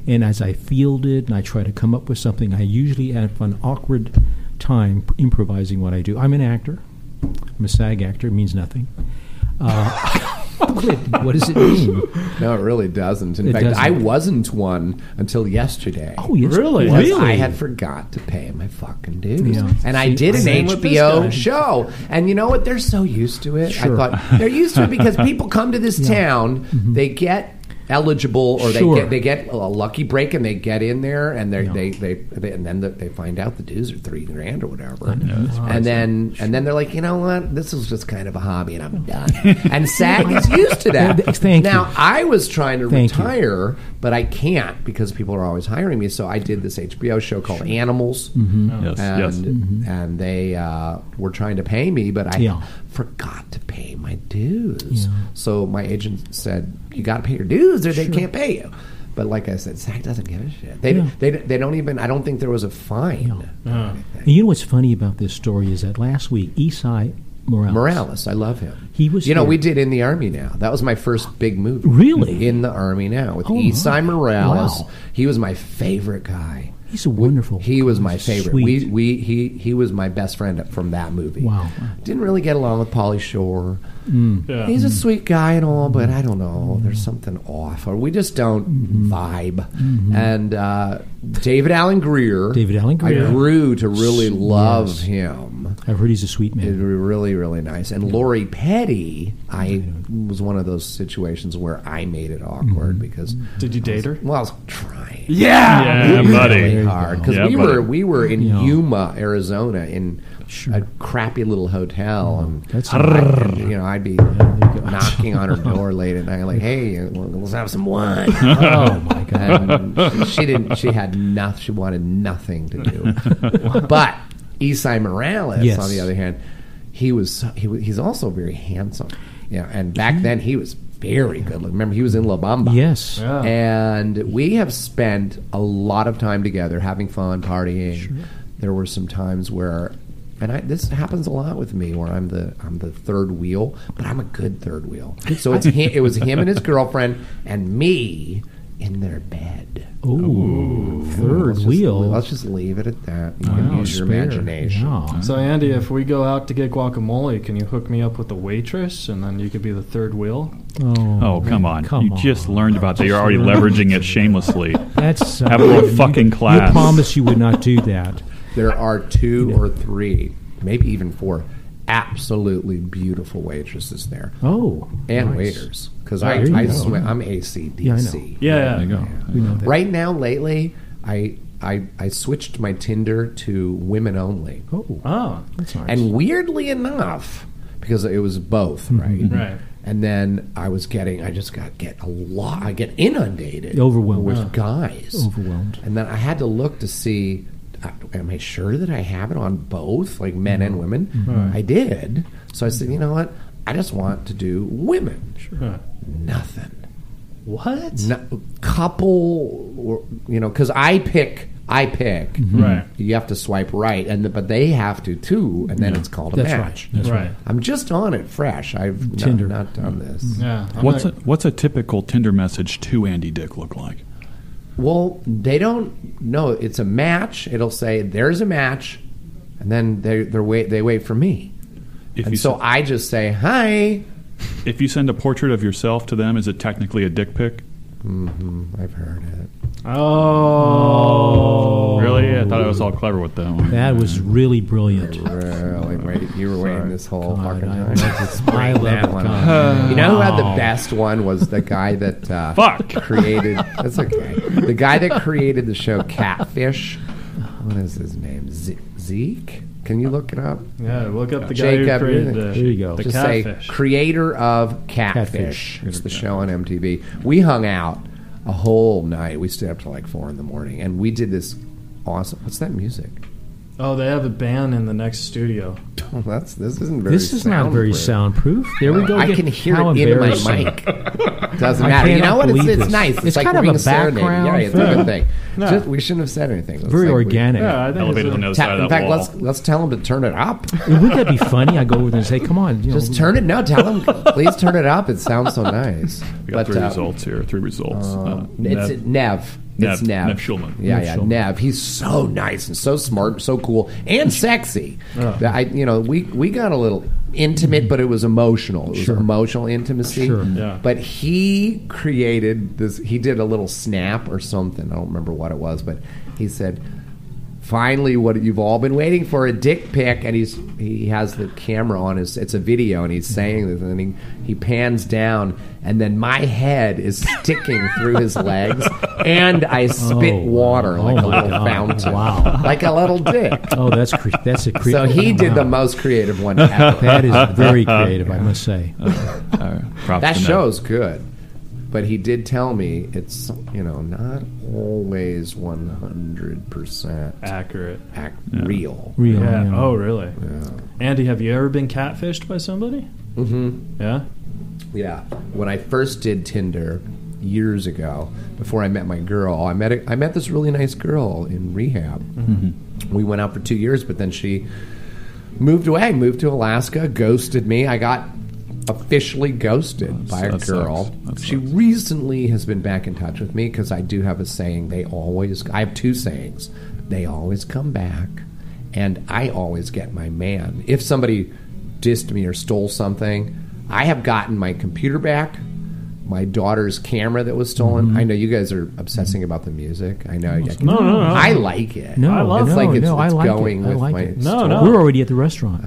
Speaker 4: And as I field it and I try to come up with something, I usually have an awkward time improvising what I do. I'm an actor. I'm a SAG actor. It means nothing. Uh, *laughs* what does it mean?
Speaker 3: No, it really doesn't. In
Speaker 4: It
Speaker 3: fact, I
Speaker 4: doesn't.
Speaker 3: wasn't one until yesterday.
Speaker 4: Oh, yes.
Speaker 2: Really?
Speaker 4: What?
Speaker 3: Because
Speaker 2: Really?
Speaker 3: I had forgot to pay my fucking dues.
Speaker 4: Yeah.
Speaker 3: And I did an
Speaker 2: Same with this guy.
Speaker 3: HBO show. And you know what? They're so used to it.
Speaker 4: Sure. Mm-hmm.
Speaker 3: I thought they're used to
Speaker 4: *laughs*
Speaker 3: it because people come to this town, they get eligible or
Speaker 4: Sure.
Speaker 3: they get they get a lucky break and they get in there and they
Speaker 4: Yeah.
Speaker 3: they, they, they and then the, they find out the dues are 3 grand or whatever.
Speaker 4: that's
Speaker 3: and then and then they're like, "You know what? This is just kind of a hobby and I'm done." and SAG is
Speaker 4: *laughs*
Speaker 3: used to that.
Speaker 4: Thank you.
Speaker 3: now, I was trying to
Speaker 4: Thank you.
Speaker 3: retire, but I can't because people are always hiring me. So I did this HBO show called Animals,
Speaker 4: Mm-hmm.
Speaker 6: Yes,
Speaker 3: and
Speaker 6: yes.
Speaker 3: and they uh, were trying to pay me, but I
Speaker 4: Yeah.
Speaker 3: forgot to pay my dues.
Speaker 4: Yeah.
Speaker 3: So my agent said, "You got to pay your dues, or they can't pay you." But like I said, SAG doesn't give a shit. They,
Speaker 4: Yeah.
Speaker 3: they they don't even. I don't think there was a fine.
Speaker 4: And you know what's funny about this story is that last week, Esai Morales.
Speaker 3: Morales, I love him.
Speaker 4: He was
Speaker 3: You know,
Speaker 4: here.
Speaker 3: we did in the Army Now. That was my first big movie.
Speaker 4: Really?
Speaker 3: in the Army Now with
Speaker 4: Oh, my.
Speaker 3: Esai Morales.
Speaker 4: Wow.
Speaker 3: He was my favorite guy.
Speaker 4: He's a wonderful.
Speaker 3: He was my favorite.
Speaker 4: Sweet.
Speaker 3: We, we he he was my best friend from that movie.
Speaker 4: Wow.
Speaker 3: Didn't really get along with Polly Shore.
Speaker 2: Yeah.
Speaker 3: He's
Speaker 4: Mm-hmm.
Speaker 3: a sweet guy and all, but I don't know. There's something off, or we just don't
Speaker 4: Mm-hmm.
Speaker 3: vibe. And uh, David Allen Greer.
Speaker 4: David Allen Greer.
Speaker 3: I grew to really love
Speaker 4: Yes.
Speaker 3: him.
Speaker 4: I've heard he's a sweet
Speaker 3: It was
Speaker 4: man.
Speaker 3: really, really nice. And Lori Petty, I was one of those situations where I made it awkward because
Speaker 2: Did you date her?
Speaker 3: well, I was trying.
Speaker 6: Yeah, buddy.
Speaker 3: really hard because
Speaker 6: Yeah,
Speaker 3: we
Speaker 6: buddy.
Speaker 3: were we were in
Speaker 4: Yeah.
Speaker 3: Yuma, Arizona, in
Speaker 4: Sure.
Speaker 3: a crappy little hotel, and
Speaker 4: That's-
Speaker 3: I- and, you know I'd be knocking on her door late at night, like, "Hey, uh, well, let's have some wine."
Speaker 4: oh my god. *laughs*
Speaker 3: *laughs* and she didn't. She had nothing. She wanted nothing to do. but Isai Morales,
Speaker 4: Yes.
Speaker 3: on the other hand, he was he was, he's also very handsome. Yeah, and back then he was very good. looking. Remember, he was in La Bamba.
Speaker 4: Yes.
Speaker 2: Yeah.
Speaker 3: And we have spent a lot of time together having fun, partying. There were some times where and I, this happens a lot with me where I'm the I'm the third wheel, but I'm a good third wheel. So it's him, it was him and his girlfriend and me in their bed.
Speaker 4: Oh,
Speaker 3: Let's
Speaker 4: third
Speaker 3: just-
Speaker 4: wheel.
Speaker 3: let's just leave it at that. You
Speaker 4: Wow,
Speaker 3: can use your
Speaker 4: spare.
Speaker 3: imagination.
Speaker 4: Yeah.
Speaker 2: So Andy, if we go out to get guacamole, can you hook me up with the waitress, and then you could be the third wheel?
Speaker 6: Oh, come on.
Speaker 4: Come
Speaker 6: you
Speaker 4: on.
Speaker 6: just learned about that. You're already leveraging it shamelessly.
Speaker 4: That's uh,
Speaker 6: Have a little fucking class.
Speaker 4: You promised you would not do that.
Speaker 3: There are two or three, maybe even four, absolutely beautiful waitresses there.
Speaker 4: Oh,
Speaker 3: and
Speaker 4: nice.
Speaker 3: waiters because
Speaker 4: Yeah,
Speaker 3: I,
Speaker 4: there you
Speaker 3: I
Speaker 4: go.
Speaker 3: swim, I'm ACDC.
Speaker 4: Yeah, I know.
Speaker 2: Yeah.
Speaker 6: There you go.
Speaker 4: We know that.
Speaker 3: Right now, lately, I, I I switched my Tinder to women only,
Speaker 4: Oh,
Speaker 2: Oh,
Speaker 4: that's nice. Mm-hmm.
Speaker 3: and weirdly enough, because it was both right.
Speaker 2: right.
Speaker 3: And then I was getting, I just got get a lot, I get inundated,
Speaker 4: Overwhelmed.
Speaker 3: with
Speaker 4: Yeah.
Speaker 3: guys,
Speaker 4: Overwhelmed.
Speaker 3: And then I had to look to see, uh, am I sure that I have it on both, like men
Speaker 4: Mm-hmm.
Speaker 3: and women? I did. So I said, you know what? I just want to do women.
Speaker 2: Huh.
Speaker 3: Nothing.
Speaker 2: What?
Speaker 3: No, couple, or, you know, because I pick, I pick.
Speaker 4: Mm-hmm.
Speaker 2: Right.
Speaker 3: You have to swipe right, and but they have to too, and then it's called a
Speaker 4: That's
Speaker 3: match.
Speaker 4: right. That's
Speaker 2: Right.
Speaker 3: I'm just on it fresh. I've not-
Speaker 4: Tinder. Mm-hmm.
Speaker 3: not, done this.
Speaker 2: Yeah. I'm
Speaker 6: What's a,
Speaker 2: not-
Speaker 6: what's a typical Tinder message to Andy Dick look like?
Speaker 3: Well, they don't. No, it's a match. It'll say there's a match, and then they they wait they wait for me.
Speaker 6: If you
Speaker 3: and so
Speaker 6: s-
Speaker 3: I just say hi.
Speaker 6: If you send a portrait of yourself to them, is it technically a dick pic?
Speaker 3: Mm-hmm. I've heard it.
Speaker 2: Oh.
Speaker 6: Really? I thought I was all clever with that one.
Speaker 4: That was really brilliant.
Speaker 3: Really, wait, you were waiting this whole
Speaker 4: God,
Speaker 3: fucking
Speaker 4: I
Speaker 3: time.
Speaker 4: love
Speaker 3: Just
Speaker 4: it. I
Speaker 3: bring
Speaker 4: love
Speaker 3: *laughs* that
Speaker 4: it,
Speaker 3: one
Speaker 4: God.
Speaker 3: up. You know who had the
Speaker 4: Wow.
Speaker 3: best one was the guy that uh,
Speaker 6: Fuck.
Speaker 3: created. That's okay. The guy that created the show Catfish. What is his name? Ze- Zeke. Can you look it up?
Speaker 2: Yeah. Look up the guy
Speaker 3: Jacob,
Speaker 2: who created the,
Speaker 3: there
Speaker 4: you go.
Speaker 2: the
Speaker 3: Just
Speaker 2: catfish.
Speaker 3: say creator of
Speaker 4: Catfish.
Speaker 3: Catfish. It's the show on MTV. We hung out a whole night. We stayed up till like four in the morning, and we did this awesome. What's that music? *laughs*
Speaker 2: oh, they have a band in the next studio.
Speaker 3: Oh, that's this isn't very.
Speaker 4: This is not very
Speaker 3: soundproof.
Speaker 4: soundproof. There we go.
Speaker 3: I
Speaker 4: again.
Speaker 3: can hear
Speaker 4: How
Speaker 3: it in my
Speaker 4: embarrassing.
Speaker 3: mic.
Speaker 4: *laughs*
Speaker 3: Doesn't
Speaker 4: I
Speaker 3: matter. You
Speaker 4: cannot
Speaker 3: know what? It's,
Speaker 4: believe
Speaker 3: it's
Speaker 4: this.
Speaker 3: nice. It's,
Speaker 4: It's
Speaker 3: like
Speaker 4: kind of
Speaker 3: being
Speaker 4: a
Speaker 3: serenaded. Yeah,
Speaker 4: background
Speaker 3: it's a
Speaker 4: thing.
Speaker 3: good thing.
Speaker 2: No.
Speaker 3: Just- we shouldn't have said anything. It's
Speaker 4: Very
Speaker 3: like we-
Speaker 4: organic.
Speaker 2: Yeah, I think
Speaker 6: Elevated
Speaker 2: it's a-
Speaker 6: on the other
Speaker 3: Ta-
Speaker 6: side of
Speaker 3: in
Speaker 6: that
Speaker 3: fact,
Speaker 6: wall.
Speaker 3: let's let's tell him to turn it
Speaker 4: *laughs*
Speaker 3: up.
Speaker 4: Wouldn't that be funny? I go over there and say, "Come on, you know,
Speaker 3: Just turn it. No, tell him.
Speaker 4: *laughs*
Speaker 3: please turn it up. It sounds so nice.
Speaker 6: We got three
Speaker 3: uh,
Speaker 6: results here. Three results. Uh,
Speaker 3: It's
Speaker 6: Nev-
Speaker 3: Nev. Nev. It's Nev.
Speaker 6: Nev- Nev Schulman.
Speaker 3: Yeah,
Speaker 4: Nev
Speaker 3: yeah,
Speaker 4: Schulman.
Speaker 3: Nev. He's so nice and so smart and so cool and sexy. That I, you know, we we got a little intimate, but it was emotional. It was emotional intimacy. Mm-hmm.
Speaker 4: Sure.
Speaker 2: Yeah.
Speaker 3: But he created this. He did a little snap or something. I don't remember what it was, but he said. Finally, what you've all been waiting for—a dick pic—and he's he has the camera on his. It's a video, and he's saying this, and he he pans down, and then my head is sticking through his legs, and I
Speaker 4: *laughs*
Speaker 3: spit
Speaker 4: Oh.
Speaker 3: water like
Speaker 4: Oh,
Speaker 3: a
Speaker 4: my
Speaker 3: little
Speaker 4: God.
Speaker 3: fountain,
Speaker 4: Wow.
Speaker 3: like a little dick.
Speaker 4: *laughs* Oh, that's cre- that's a
Speaker 3: So
Speaker 4: creative.
Speaker 3: he did the
Speaker 4: Wow.
Speaker 3: most
Speaker 4: *laughs*
Speaker 3: creative one ever.
Speaker 4: That is very creative, I must say.
Speaker 6: uh, props
Speaker 3: That
Speaker 6: to Nev.
Speaker 3: show's good. But he did tell me it's you know not always one hundred percent
Speaker 4: Uh,
Speaker 2: Accurate.
Speaker 3: act real.
Speaker 4: Real.
Speaker 2: Yeah.
Speaker 4: yeah.
Speaker 2: Oh, really? Andy, have you ever been catfished by somebody? Mm-hmm. Yeah.
Speaker 3: Yeah. When I first did Tinder years ago, before I met my girl, I met a, I met this really nice girl in rehab. We went out for two years, but then she moved away, moved to Alaska, ghosted me. I got officially ghosted by a
Speaker 6: that sucks.
Speaker 3: girl.
Speaker 6: That
Speaker 3: She
Speaker 6: sucks.
Speaker 3: recently has been back in touch with me because I do have a saying. They always, I have two sayings. They always come back, and I always get my man. If somebody dissed me or stole something, I have gotten my computer back. My daughter's camera that was stolen. I know you guys are obsessing about the music. I know. I, can-
Speaker 2: No, no, no.
Speaker 3: I like it.
Speaker 4: No,
Speaker 2: I love-
Speaker 4: no,
Speaker 3: it's like it's,
Speaker 4: no, I
Speaker 3: it's
Speaker 4: like
Speaker 3: going
Speaker 4: it.
Speaker 3: with
Speaker 4: I like
Speaker 3: my
Speaker 4: it.
Speaker 2: No, no.
Speaker 4: We're already at the restaurant.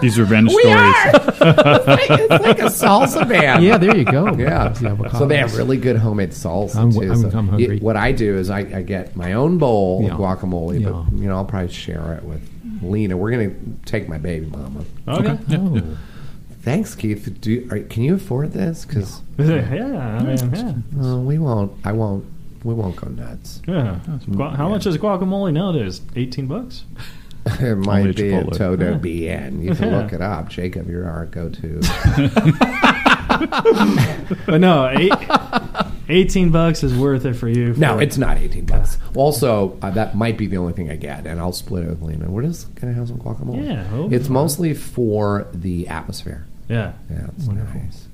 Speaker 6: These revenge stories.
Speaker 3: it's like a salsa band.
Speaker 4: yeah, there you go.
Speaker 3: Yeah.
Speaker 4: It's the avocados.
Speaker 3: So they have really good homemade salsa
Speaker 4: I'm-
Speaker 3: too.
Speaker 4: I'm-
Speaker 3: so
Speaker 4: I'm
Speaker 3: y-
Speaker 4: hungry.
Speaker 3: what I do is I, I get my own bowl
Speaker 4: Yeah.
Speaker 3: of guacamole,
Speaker 4: Yeah.
Speaker 3: but you know I'll probably share it with Lena. We're gonna take my baby mama.
Speaker 2: Okay.
Speaker 4: Oh.
Speaker 3: Thanks, Keith. Do are, can you afford this? Because
Speaker 2: *laughs* yeah, I mean, yeah.
Speaker 3: we won't. I won't. We won't go nuts. *laughs*
Speaker 2: Yeah. Gua- how much is guacamole nowadays? 18 bucks?
Speaker 3: It
Speaker 6: Only
Speaker 3: might be at
Speaker 6: Chipotle.
Speaker 3: Todo BN.
Speaker 4: *laughs*
Speaker 3: You can
Speaker 2: Yeah.
Speaker 3: look it up. Jacob, you're our go-to.
Speaker 2: But no, eight, *laughs* 18 bucks is worth it for you. For,
Speaker 3: No, it's not eighteen bucks. Also, uh, that might be the only thing I get, and I'll split it with Lena. We're just gonna have some guacamole.
Speaker 2: Yeah, hope
Speaker 3: it's
Speaker 2: so.
Speaker 3: mostly for the atmosphere.
Speaker 2: Yeah.
Speaker 3: Yeah, it's nice.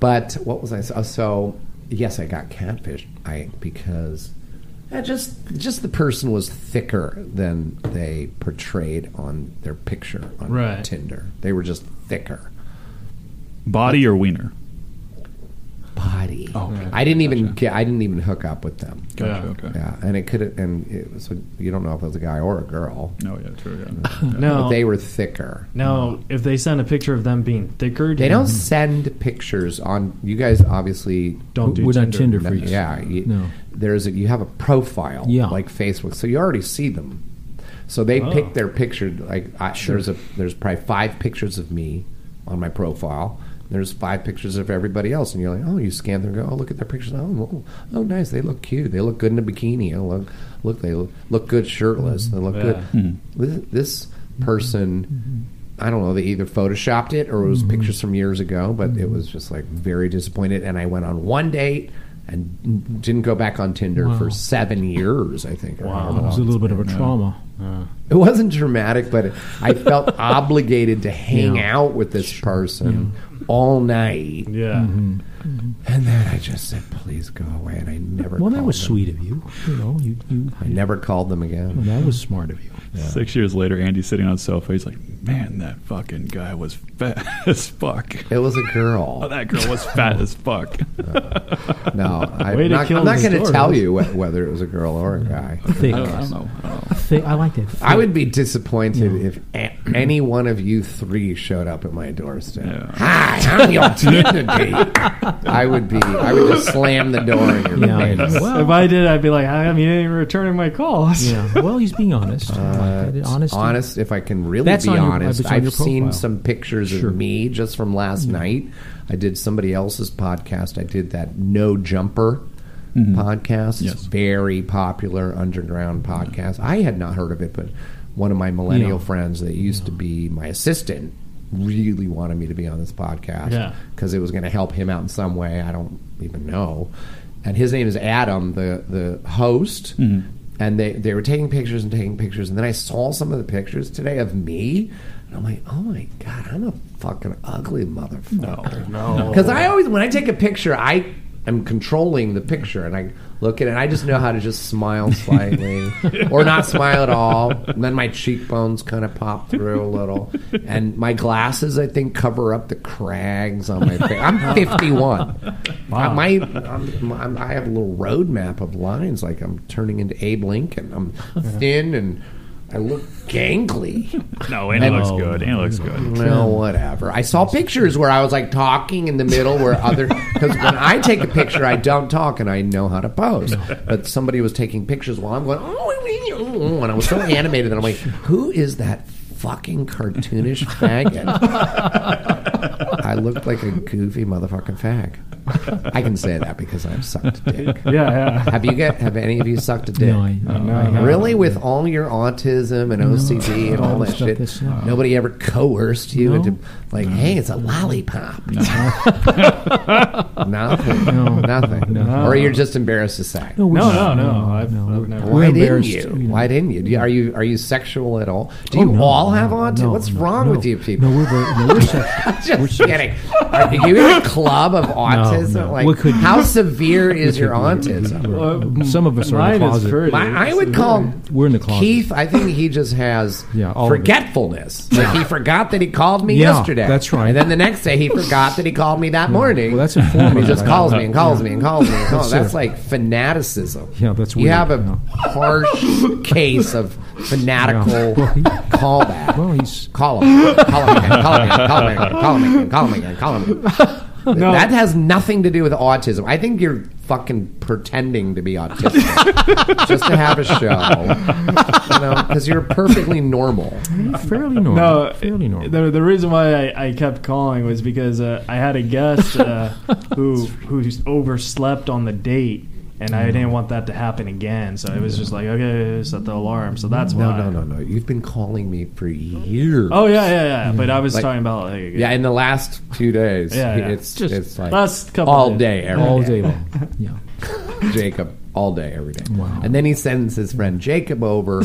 Speaker 3: But what was I? So, so yes, I got catfish. I because eh, just just the person was thicker than they portrayed on their picture on
Speaker 2: Right.
Speaker 3: Tinder. They were just thicker.
Speaker 6: Body or wiener?
Speaker 3: Body.
Speaker 6: Oh, okay.
Speaker 3: I didn't even get. I didn't even hook up with them.
Speaker 2: Gotcha,
Speaker 6: Oh, okay.
Speaker 3: Yeah, and it could have, and it was, you don't know if it was a guy or a girl.
Speaker 6: No, Oh, yeah, true. Yeah.
Speaker 3: But
Speaker 2: No,
Speaker 3: they were thicker.
Speaker 2: no, if they send a picture of them being thicker,
Speaker 3: They don't send pictures on. You guys obviously
Speaker 2: don't do
Speaker 4: We're not Tinder
Speaker 2: Tinder.
Speaker 3: No,
Speaker 4: freaks.
Speaker 3: yeah. You,
Speaker 4: No.
Speaker 3: There's a, you have a profile
Speaker 4: Yeah.
Speaker 3: like Facebook, so you already see them. So they
Speaker 2: Oh.
Speaker 3: pick their picture. Like I, there's a there's probably five pictures of me on my profile. There's five pictures of everybody else, and you're like, oh, you scan them, go, oh, look at their pictures. Oh, oh, oh, nice. They look cute. They look good in a bikini. Oh, look, look, they look, look good shirtless. They look good. This, this person, I don't know, they either photoshopped it or it
Speaker 2: Mm-hmm.
Speaker 3: was pictures from years ago, but it was just like very disappointed. And I went on one date and didn't go back on Tinder
Speaker 4: Wow.
Speaker 3: for seven years, I think. or
Speaker 2: Wow.
Speaker 3: however
Speaker 4: It was a
Speaker 3: long.
Speaker 4: little bit of a trauma.
Speaker 3: It wasn't dramatic, but I
Speaker 2: *laughs*
Speaker 3: felt obligated to hang out with this person all night.
Speaker 2: Yeah.
Speaker 3: And then I just said, please go away. And I never
Speaker 4: Well, that
Speaker 3: called
Speaker 4: was
Speaker 3: them.
Speaker 4: sweet of you. You know, you, you
Speaker 3: I never called them again.
Speaker 4: that was smart of you.
Speaker 6: Six years later, Andy's sitting on a sofa. He's like, "Man, that fucking guy was fat *laughs* as fuck.
Speaker 3: It was a
Speaker 2: *laughs*
Speaker 6: Oh,
Speaker 3: girl.
Speaker 6: that girl was fat as fuck."
Speaker 3: No,
Speaker 2: Way
Speaker 3: I'm
Speaker 2: to
Speaker 3: not,
Speaker 2: kill
Speaker 3: I'm not
Speaker 2: the
Speaker 3: going to
Speaker 2: story.
Speaker 3: tell you wh- whether it was a girl or a guy.
Speaker 2: *laughs*
Speaker 4: Thick.
Speaker 6: I don't, *laughs* I don't know. I don't know.
Speaker 4: Thick. I like that.
Speaker 3: I would be disappointed if a- any one of you three showed up at my doorstep. Hi, I'm your Tinder date. I would be. I would just slam the door in your
Speaker 4: Yeah, I know.
Speaker 3: face.
Speaker 4: Well,
Speaker 2: If I did, I'd be like, I mean, you didn't even return my calls.
Speaker 4: yeah. Well, he's being honest. I like that. Honesty.
Speaker 3: honest, if I can really
Speaker 4: That's
Speaker 3: be
Speaker 4: on your- uh,
Speaker 3: honest,
Speaker 4: it's on your
Speaker 3: I've seen
Speaker 4: profile.
Speaker 3: some pictures
Speaker 4: Sure. Mm-hmm.
Speaker 3: of me just from last night. I did somebody else's podcast. I did that No Jumper
Speaker 4: Mm-hmm.
Speaker 3: podcast. It's
Speaker 6: Yes.
Speaker 3: very popular underground podcast. I had not heard of it, but one of my millennial
Speaker 4: Yeah.
Speaker 3: friends that used to be my assistant really wanted me to be on this podcast
Speaker 2: Yeah.
Speaker 3: because it was going to help him out in some way. I don't even know. And his name is Adam, the the host. And they, they were taking pictures and taking pictures. And then I saw some of the pictures today of me. And I'm like, oh my God, I'm a fucking ugly motherfucker. No, no. Because I always, when I take a picture, I am controlling the picture and I look at it and I just know how to just smile slightly or not smile at all. And then my cheekbones kind of pop through a little. And my glasses, I think, cover up the crags on my face. I'm 51. I, my, I'm, I'm, I have a little roadmap of lines. Like I'm turning into Abe Lincoln. I'm thin and I look gangly.
Speaker 6: No, Andy looks good. Andy looks good.
Speaker 3: Well, whatever. I saw pictures where I was like talking in the middle, where other *laughs* because when I take a picture, I don't talk and I know how to pose. But somebody was taking pictures while I'm going, oh, I mean, oh," and I was so animated that I'm like, who is that fucking cartoonish faggot? I looked like a goofy motherfucking fag. I can say that because I've sucked a dick.
Speaker 2: *laughs* Yeah, yeah.
Speaker 3: *laughs* Have you get? Have any of you sucked a dick?
Speaker 4: No, I, no, I haven't.
Speaker 3: Really, with all your autism and OCD and all
Speaker 4: No,
Speaker 3: that
Speaker 4: stuff
Speaker 3: shit,
Speaker 4: that's not-
Speaker 3: nobody ever coerced you
Speaker 4: No.
Speaker 3: into like, hey, it's a lollipop. *laughs* nothing,
Speaker 4: No.
Speaker 3: nothing,
Speaker 4: No.
Speaker 3: or you're just embarrassed to say.
Speaker 4: we're
Speaker 2: No, no,
Speaker 4: not.
Speaker 2: no. I've, I've never.
Speaker 4: We're
Speaker 3: Why didn't
Speaker 4: embarrassed,
Speaker 3: you?
Speaker 4: you know.
Speaker 3: Why didn't you? Do- Are you are you sexual at all? Do
Speaker 4: Oh,
Speaker 3: you
Speaker 4: no,
Speaker 3: all
Speaker 4: no,
Speaker 3: have autism?
Speaker 4: no,
Speaker 3: What's
Speaker 4: no,
Speaker 3: wrong
Speaker 4: no.
Speaker 3: with you people?
Speaker 4: No, we're very, no, we're sexual. we're
Speaker 3: *laughs* just
Speaker 4: sexual. *laughs*
Speaker 3: kidding. Are you in a club of autism?
Speaker 4: no.
Speaker 3: Like,
Speaker 4: What could-
Speaker 3: how severe is your autism?
Speaker 2: Well,
Speaker 4: Some of us are
Speaker 2: mine
Speaker 4: in the
Speaker 2: is
Speaker 4: closet.
Speaker 2: pretty.
Speaker 3: My, I would call
Speaker 4: We're in the closet.
Speaker 3: Keith. I think he just has
Speaker 4: *laughs* Yeah, all of it.
Speaker 3: forgetfulness. Like he forgot that he called me
Speaker 4: Yeah,
Speaker 3: yesterday.
Speaker 4: that's right.
Speaker 3: And then the next day he forgot that he called me that morning.
Speaker 4: Well, that's a form
Speaker 3: And he
Speaker 4: of
Speaker 3: just
Speaker 4: it.
Speaker 3: calls me and calls me and calls me and calls.
Speaker 4: That's
Speaker 3: That's
Speaker 4: it.
Speaker 3: like fanaticism.
Speaker 4: Yeah, that's
Speaker 3: you
Speaker 4: weird,
Speaker 3: have a
Speaker 4: yeah. *laughs*
Speaker 3: harsh case of
Speaker 4: Yeah.
Speaker 3: fanatical
Speaker 4: Well, he-
Speaker 3: callback.
Speaker 4: Well, he's
Speaker 3: Call him. Call him again. Call him again. Call him again. Call him again. Call him again. Call him
Speaker 2: *laughs*
Speaker 3: again. That has nothing to do with autism. I think you're fucking pretending to be autistic
Speaker 2: *laughs*
Speaker 3: just to have a show. Because you are perfectly normal.
Speaker 4: fairly normal.
Speaker 2: No,
Speaker 4: fairly normal.
Speaker 2: The, the reason why I, I kept calling was because uh, I had a guest
Speaker 3: *laughs*
Speaker 2: uh, who who just overslept on the date, and
Speaker 3: Mm.
Speaker 2: I didn't want that to happen again. So it was just like, okay, set the alarm. So that's
Speaker 3: No,
Speaker 2: why.
Speaker 3: no, no, no. You've been calling me for years.
Speaker 2: Oh yeah, yeah, yeah. But I was
Speaker 3: Like-
Speaker 2: talking about like,
Speaker 3: Yeah, in the last few days.
Speaker 2: Yeah, yeah.
Speaker 3: It's
Speaker 4: Just
Speaker 3: it's like
Speaker 2: last couple
Speaker 3: all
Speaker 2: days.
Speaker 3: day, every
Speaker 4: all
Speaker 3: day.
Speaker 4: day long. Yeah.
Speaker 3: Jacob all day, every day.
Speaker 4: Wow.
Speaker 3: And then he sends his friend Jacob over
Speaker 2: *laughs*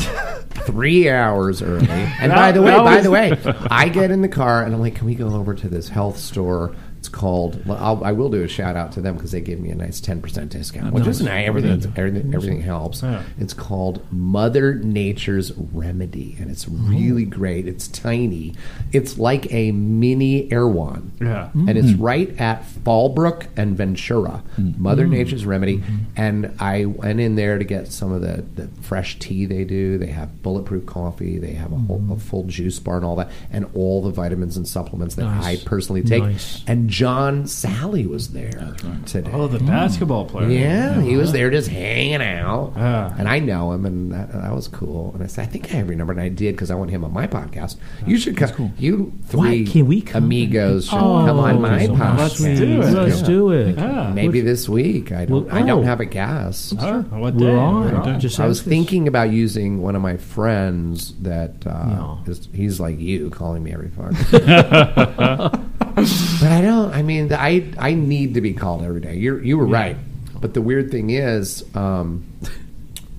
Speaker 3: three hours early. And
Speaker 2: That-
Speaker 3: by the way,
Speaker 2: that
Speaker 3: by
Speaker 2: was-
Speaker 3: the way,
Speaker 2: *laughs*
Speaker 3: I get in the car and I'm like, can we go over to this health store? It's called. well, I'll, I will do a shout out to them because they gave me a nice ten percent discount, which is nice. Everything, everything, everything helps.
Speaker 2: Yeah.
Speaker 3: It's called Mother Nature's Remedy, and it's
Speaker 2: Oh.
Speaker 3: really great. It's tiny. It's like a mini Erewhon
Speaker 2: Yeah.
Speaker 3: and it's
Speaker 4: Mm-hmm.
Speaker 3: right at Fallbrook and Ventura, Mother
Speaker 4: Mm-hmm.
Speaker 3: Nature's Remedy. And I went in there to get some of the, the fresh tea they do. They have bulletproof coffee. They have a, whole,
Speaker 4: Mm-hmm.
Speaker 3: a full juice bar and all that, and all the vitamins and supplements that
Speaker 4: Nice.
Speaker 3: I personally take.
Speaker 4: Nice.
Speaker 3: And John Sally was there today.
Speaker 2: Oh, the basketball player.
Speaker 3: Yeah, he
Speaker 4: Uh-huh.
Speaker 3: was there just hanging out,
Speaker 2: Yeah.
Speaker 3: and I know him, and that, that was cool. And I said, I think I have your number, and I did because I want him on my podcast. You should come. You
Speaker 4: Uh-huh.
Speaker 3: three
Speaker 4: Why can't we come?
Speaker 3: amigos should come on my
Speaker 4: Oh,
Speaker 3: podcast.
Speaker 2: Let's do it.
Speaker 4: Let's
Speaker 3: Yeah.
Speaker 4: do it.
Speaker 2: Yeah.
Speaker 3: Maybe this week. I don't.
Speaker 4: Well,
Speaker 3: I don't
Speaker 4: oh.
Speaker 3: have a guest.
Speaker 2: Huh? What day?
Speaker 4: We're on.
Speaker 2: We're
Speaker 4: Just
Speaker 3: I
Speaker 4: ask
Speaker 3: was
Speaker 4: us.
Speaker 3: thinking about using one of my friends that uh,
Speaker 4: No.
Speaker 3: is, he's like you, calling me every
Speaker 2: *laughs*
Speaker 3: fucking. day. but I don't. I mean, I I need to be called every day. You're you were right. But the weird thing is, um,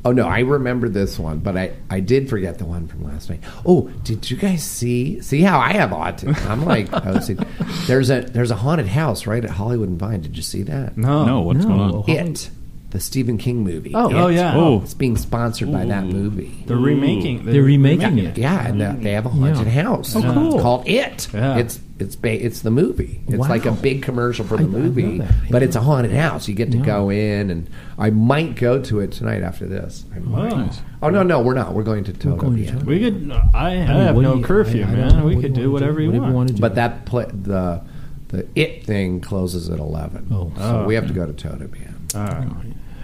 Speaker 3: oh no, I remember this one, but I I did forget the one from last night. Oh, did you guys see see how I have autism?
Speaker 2: *laughs*
Speaker 3: I'm like, OCD. there's a there's a haunted house right at Hollywood and Vine. Did you see that?
Speaker 2: No.
Speaker 6: no, what's
Speaker 4: No.
Speaker 6: going on?
Speaker 3: It, the Stephen King movie.
Speaker 2: Oh,
Speaker 3: It.
Speaker 2: oh, yeah.
Speaker 6: Oh.
Speaker 3: It's being sponsored by that movie.
Speaker 2: They're remaking.
Speaker 4: They're remaking it.
Speaker 3: Yeah, and that- they have a haunted
Speaker 4: Yeah.
Speaker 3: house.
Speaker 4: Oh, cool.
Speaker 3: It's called It.
Speaker 2: Yeah.
Speaker 3: It's it's ba- it's the movie. It's
Speaker 4: Wow.
Speaker 3: like a big commercial for the
Speaker 4: I- I know
Speaker 3: movie,
Speaker 4: that.
Speaker 3: but it's a haunted house. You get to
Speaker 4: Yeah.
Speaker 3: go in, and I might go to it tonight after this. I might.
Speaker 2: Oh.
Speaker 3: Oh no, no, we're not. We're going to
Speaker 4: going to
Speaker 3: Totopia.
Speaker 4: Toto.
Speaker 2: We could. I, I
Speaker 4: mean,
Speaker 2: have
Speaker 4: what do
Speaker 2: no
Speaker 4: you-
Speaker 2: curfew,
Speaker 4: I- I
Speaker 2: man.
Speaker 4: don't know.
Speaker 2: we
Speaker 4: What
Speaker 2: could
Speaker 4: do
Speaker 2: do
Speaker 4: wanna
Speaker 2: whatever you
Speaker 4: Whatever
Speaker 2: want.
Speaker 4: you want to do.
Speaker 3: But that pla the the It thing closes at eleven.
Speaker 4: Oh.
Speaker 3: so we have to go to Totopia.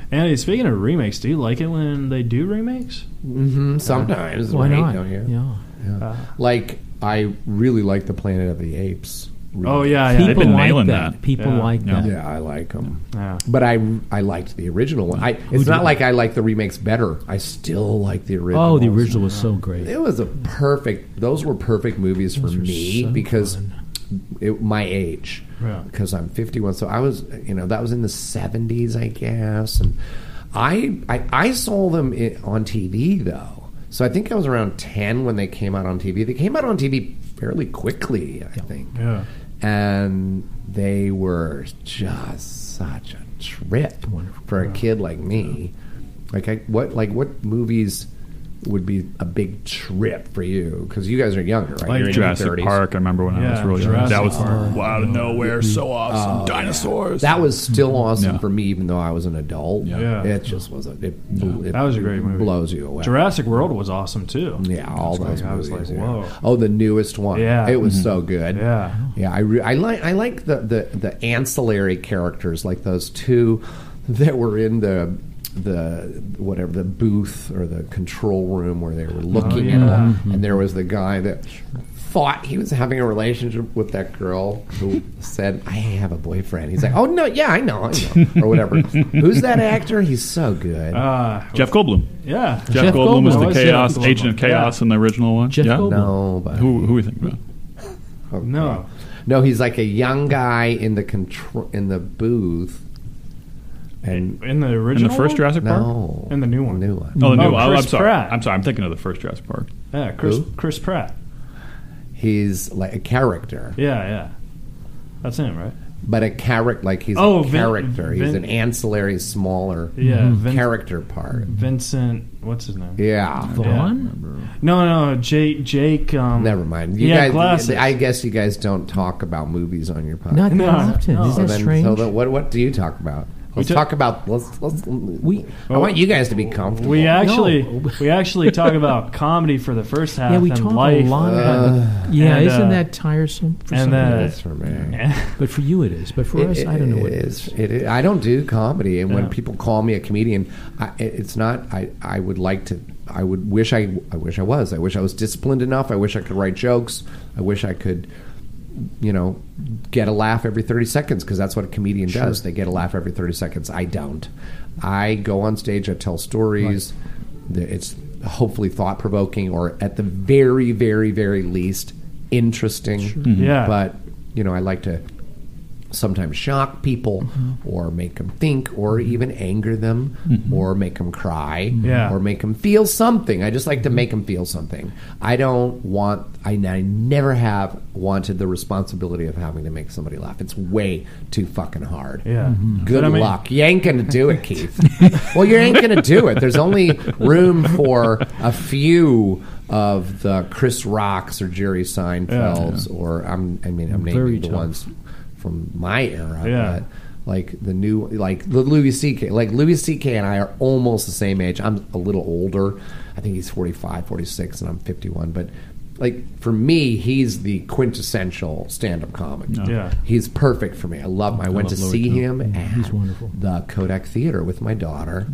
Speaker 2: Andy, speaking of remakes, do you like it when they do remakes?
Speaker 3: Mm, Sometimes
Speaker 4: why
Speaker 3: right,
Speaker 4: not?
Speaker 3: don't you?
Speaker 4: Yeah.
Speaker 3: Like I really like the Planet of the Apes.
Speaker 2: Oh yeah, yeah.
Speaker 4: People
Speaker 6: They've been
Speaker 4: like
Speaker 6: nailing
Speaker 4: that.
Speaker 6: that.
Speaker 4: People
Speaker 2: Yeah.
Speaker 4: like
Speaker 6: Yeah.
Speaker 4: that.
Speaker 3: yeah, I like them.
Speaker 2: Yeah.
Speaker 3: But I I liked the original one. I, it's not like I like the remakes better. I still like the original.
Speaker 4: Oh, the original was so great.
Speaker 3: It was a perfect. Those were perfect movies for me
Speaker 4: so
Speaker 3: because it, my age.
Speaker 2: Yeah.
Speaker 3: Because I'm 51, so I was you know that was in the 70s, I guess, and I I, I saw them i on TV though. So I think I was around 10 when they came out on TV. They came out on TV fairly quickly, I think
Speaker 2: Yeah.
Speaker 3: and they were just such a trip for a kid like me. Like, I, what like what movies would be a big trip for you? Because you guys are younger, right? You're in your
Speaker 6: Jurassic
Speaker 3: 30s.
Speaker 6: Park. I remember when I was
Speaker 2: Yeah,
Speaker 6: really young.
Speaker 2: Jurassic
Speaker 6: That was
Speaker 2: Park.
Speaker 6: wow, out of nowhere, so awesome, dinosaurs.
Speaker 3: That was still awesome
Speaker 6: Yeah.
Speaker 3: for me, even though I was an adult.
Speaker 6: Yeah.
Speaker 2: Yeah.
Speaker 3: It just was a. It, blew- it
Speaker 2: That was a great movie.
Speaker 3: Blows you away.
Speaker 2: Jurassic World was awesome too.
Speaker 3: Yeah, all those
Speaker 2: I was
Speaker 3: movies.
Speaker 2: like,
Speaker 3: yeah.
Speaker 2: whoa.
Speaker 3: Oh, the newest one.
Speaker 2: Yeah. Mm-hmm.
Speaker 3: it was so good.
Speaker 2: Yeah.
Speaker 3: yeah. I, re- I like I like *laughs* the, the the ancillary characters like those two that were in the the whatever the booth or the control room where they were looking
Speaker 2: Oh, yeah. Mm-hmm.
Speaker 3: at one, and there was the guy that thought he was having a relationship with that girl who *laughs* said, "I have a boyfriend." He's like, "Oh no, yeah, I know, I
Speaker 2: *laughs*
Speaker 3: know," or whatever. Who's that actor? He's so good.
Speaker 2: Uh,
Speaker 6: Jeff Goldblum.
Speaker 2: yeah.
Speaker 6: Jeff,
Speaker 4: Jeff
Speaker 6: Goldblum, was
Speaker 4: Goldblum.
Speaker 6: the
Speaker 4: Oh, it's
Speaker 6: chaos
Speaker 2: Jeff Goldblum.
Speaker 6: agent of chaos in the original one.
Speaker 4: Jeff
Speaker 6: yeah.
Speaker 4: Goldblum.
Speaker 3: no, but
Speaker 6: Who who we think about?
Speaker 2: No.
Speaker 3: No, he's like a young guy in the control in the booth, and
Speaker 2: In the
Speaker 6: In
Speaker 2: original.
Speaker 6: the first
Speaker 2: one?
Speaker 6: Jurassic Park.
Speaker 3: no,
Speaker 2: And the new one.
Speaker 3: new one.
Speaker 6: Oh, the new
Speaker 2: Oh,
Speaker 6: one. I'm-
Speaker 2: Chris
Speaker 6: I'm sorry.
Speaker 2: Pratt.
Speaker 6: I'm sorry. I'm thinking of the first Jurassic Park.
Speaker 2: Yeah, Chris,
Speaker 3: Who?
Speaker 2: Chris Pratt.
Speaker 3: He's like a character,
Speaker 2: Yeah, yeah. That's him, right?
Speaker 3: but a character like he's
Speaker 2: Oh,
Speaker 3: a
Speaker 2: Vin-
Speaker 3: character. he's
Speaker 2: Vin-
Speaker 3: an ancillary, smaller Mm-hmm.
Speaker 2: Yeah. Vin-
Speaker 3: character part.
Speaker 2: Vincent, what's his name?
Speaker 3: Yeah.
Speaker 4: Vaughn?
Speaker 2: No, no, Jake. Jake. Um,
Speaker 3: Never mind. You
Speaker 2: yeah,
Speaker 3: guys,
Speaker 2: glasses.
Speaker 3: I guess you guys don't talk about movies on your podcast.
Speaker 4: Not that
Speaker 2: No,
Speaker 4: often.
Speaker 2: no.
Speaker 4: Is
Speaker 3: so
Speaker 4: that
Speaker 3: then,
Speaker 4: strange?
Speaker 3: so then what? What do you talk about? Let's
Speaker 2: ta-
Speaker 3: talk about. Let's. let's
Speaker 4: We-
Speaker 3: I want you guys to be comfortable.
Speaker 4: *laughs*
Speaker 2: We actually
Speaker 4: No.
Speaker 2: we actually talk about comedy for the first half.
Speaker 4: yeah, we
Speaker 2: and
Speaker 4: talk
Speaker 2: life,
Speaker 4: a lot about the, Yeah,
Speaker 2: and,
Speaker 4: isn't
Speaker 2: uh,
Speaker 4: that tiresome for some
Speaker 2: and
Speaker 4: people?
Speaker 2: then
Speaker 3: That's for me.
Speaker 4: But for you it is. But for us, I don't know what it
Speaker 3: is.
Speaker 4: is.
Speaker 3: It is. I don't do comedy, and
Speaker 2: Yeah.
Speaker 3: when people call me a comedian, I, it- it's not. I, I would like to. I would wish I. I wish I was. I wish I was disciplined enough. I wish I could write jokes. I wish I could, you know, get a laugh every thirty seconds because that's what a comedian does. They get a laugh every thirty seconds. I don't. I go on stage. I tell stories. The- It's hopefully thought provoking, or at the very, very, very least, interesting.
Speaker 4: Mm-hmm.
Speaker 2: Yeah.
Speaker 3: But you know, I like to sometimes shock people
Speaker 2: Mm-hmm.
Speaker 3: or make them think or even anger them or make them cry
Speaker 2: Yeah.
Speaker 3: or make them feel something i just like to make them feel something i don't want I, I never have wanted the responsibility of having to make somebody laugh it's way too fucking hard
Speaker 2: Yeah.
Speaker 4: Mm-hmm.
Speaker 2: Mhm.
Speaker 3: good
Speaker 2: But I mean-
Speaker 3: luck you ain't gonna do it keith well you ain't gonna do it there's only room for a few of the chris rocks or jerry seinfelds or i'm i mean i'm naming
Speaker 4: Very
Speaker 3: the
Speaker 4: tough.
Speaker 3: ones from my era
Speaker 2: Yeah.
Speaker 3: but like the new like the Louis CK like Louis CK and I are almost the same age. I'm a little older. I think he's 45, 46 and I'm 51, but like for me he's the quintessential stand-up comic.
Speaker 2: Yeah.
Speaker 3: He's perfect for me. I love him. I, went to
Speaker 6: love Louis
Speaker 3: see
Speaker 6: too.
Speaker 3: him at
Speaker 4: he's wonderful.
Speaker 3: the Kodak Theater with my daughter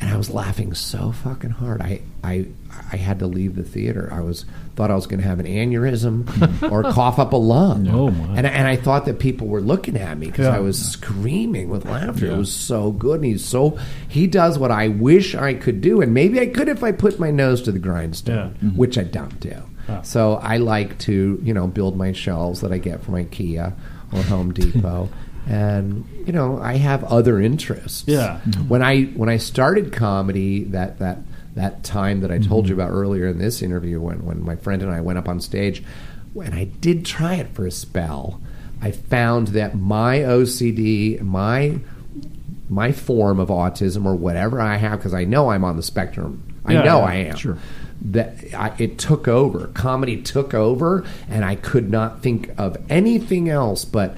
Speaker 3: and I was laughing so fucking hard. I I I had to leave the theater. I was thought I was going to have an aneurysm or cough up a lung.
Speaker 4: Oh, my.
Speaker 3: And and I thought that people were looking at me because
Speaker 2: Yeah.
Speaker 3: I was screaming with laughter. It was so good, and he's so he does what I wish I could do, and maybe I could if I put my nose to the grindstone,
Speaker 2: Yeah. Ah.
Speaker 3: which I don't do. So I like to you know build my shelves that I get from IKEA or Home
Speaker 2: *laughs*
Speaker 3: Depot. And you know, I have other interests.
Speaker 2: Yeah.
Speaker 3: When I when I started comedy, that that that time that I told you about earlier in this interview, when when my friend and I went up on stage, and I did try it for a spell, I found that my OCD, my my form of autism or whatever I have, because I know I'm on the spectrum. I
Speaker 2: Yeah,
Speaker 3: know
Speaker 2: yeah,
Speaker 3: I am. Sure. That I, it took over. Comedy took over, and I could not think of anything else but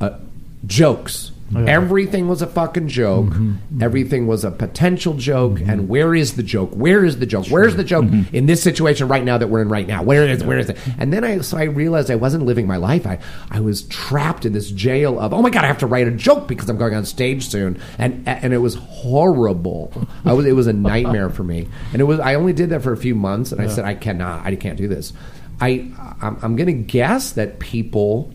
Speaker 3: uh, jokes. Everything was a fucking joke.
Speaker 2: Mm-hmm.
Speaker 3: Mm-hmm. Everything was a potential joke. And where is the joke? Where is the joke? Where's the joke
Speaker 2: Mm-hmm.
Speaker 3: in this situation right now that we're in right now? Where is where is it? And then I so I realized I wasn't living my life. I, I was trapped in this jail of oh my god, I have to write a joke because I'm going on stage soon. And and it was horrible. I was it was a nightmare for me. And it was I only did that for a few months and I said I cannot. I can't do this. I I'm, I'm going to guess that people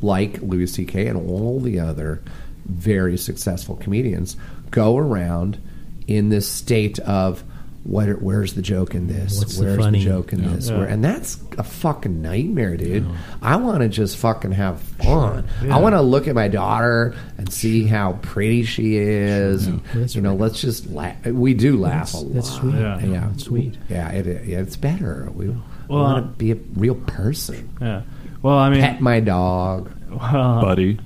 Speaker 3: like Louis C.K. and all the other very successful comedians, go around in this state of what? Where's the joke in this?
Speaker 4: What's the
Speaker 3: where's
Speaker 4: funny?
Speaker 3: joke in this? Where, and that's a fucking nightmare, dude. I want to just fucking have fun. I want to look at my daughter and see how pretty she is. and,
Speaker 4: Well, that's
Speaker 3: you know,
Speaker 4: right.
Speaker 3: let's just laugh. We do laugh a lot.
Speaker 4: That's sweet.
Speaker 2: Yeah.
Speaker 4: Yeah, that's sweet.
Speaker 3: Yeah, it, it's better. We
Speaker 2: Well,
Speaker 3: want
Speaker 2: uh,
Speaker 3: to be a real person.
Speaker 2: yeah. Well, I mean,
Speaker 3: Pet my dog.
Speaker 2: well,
Speaker 6: Buddy.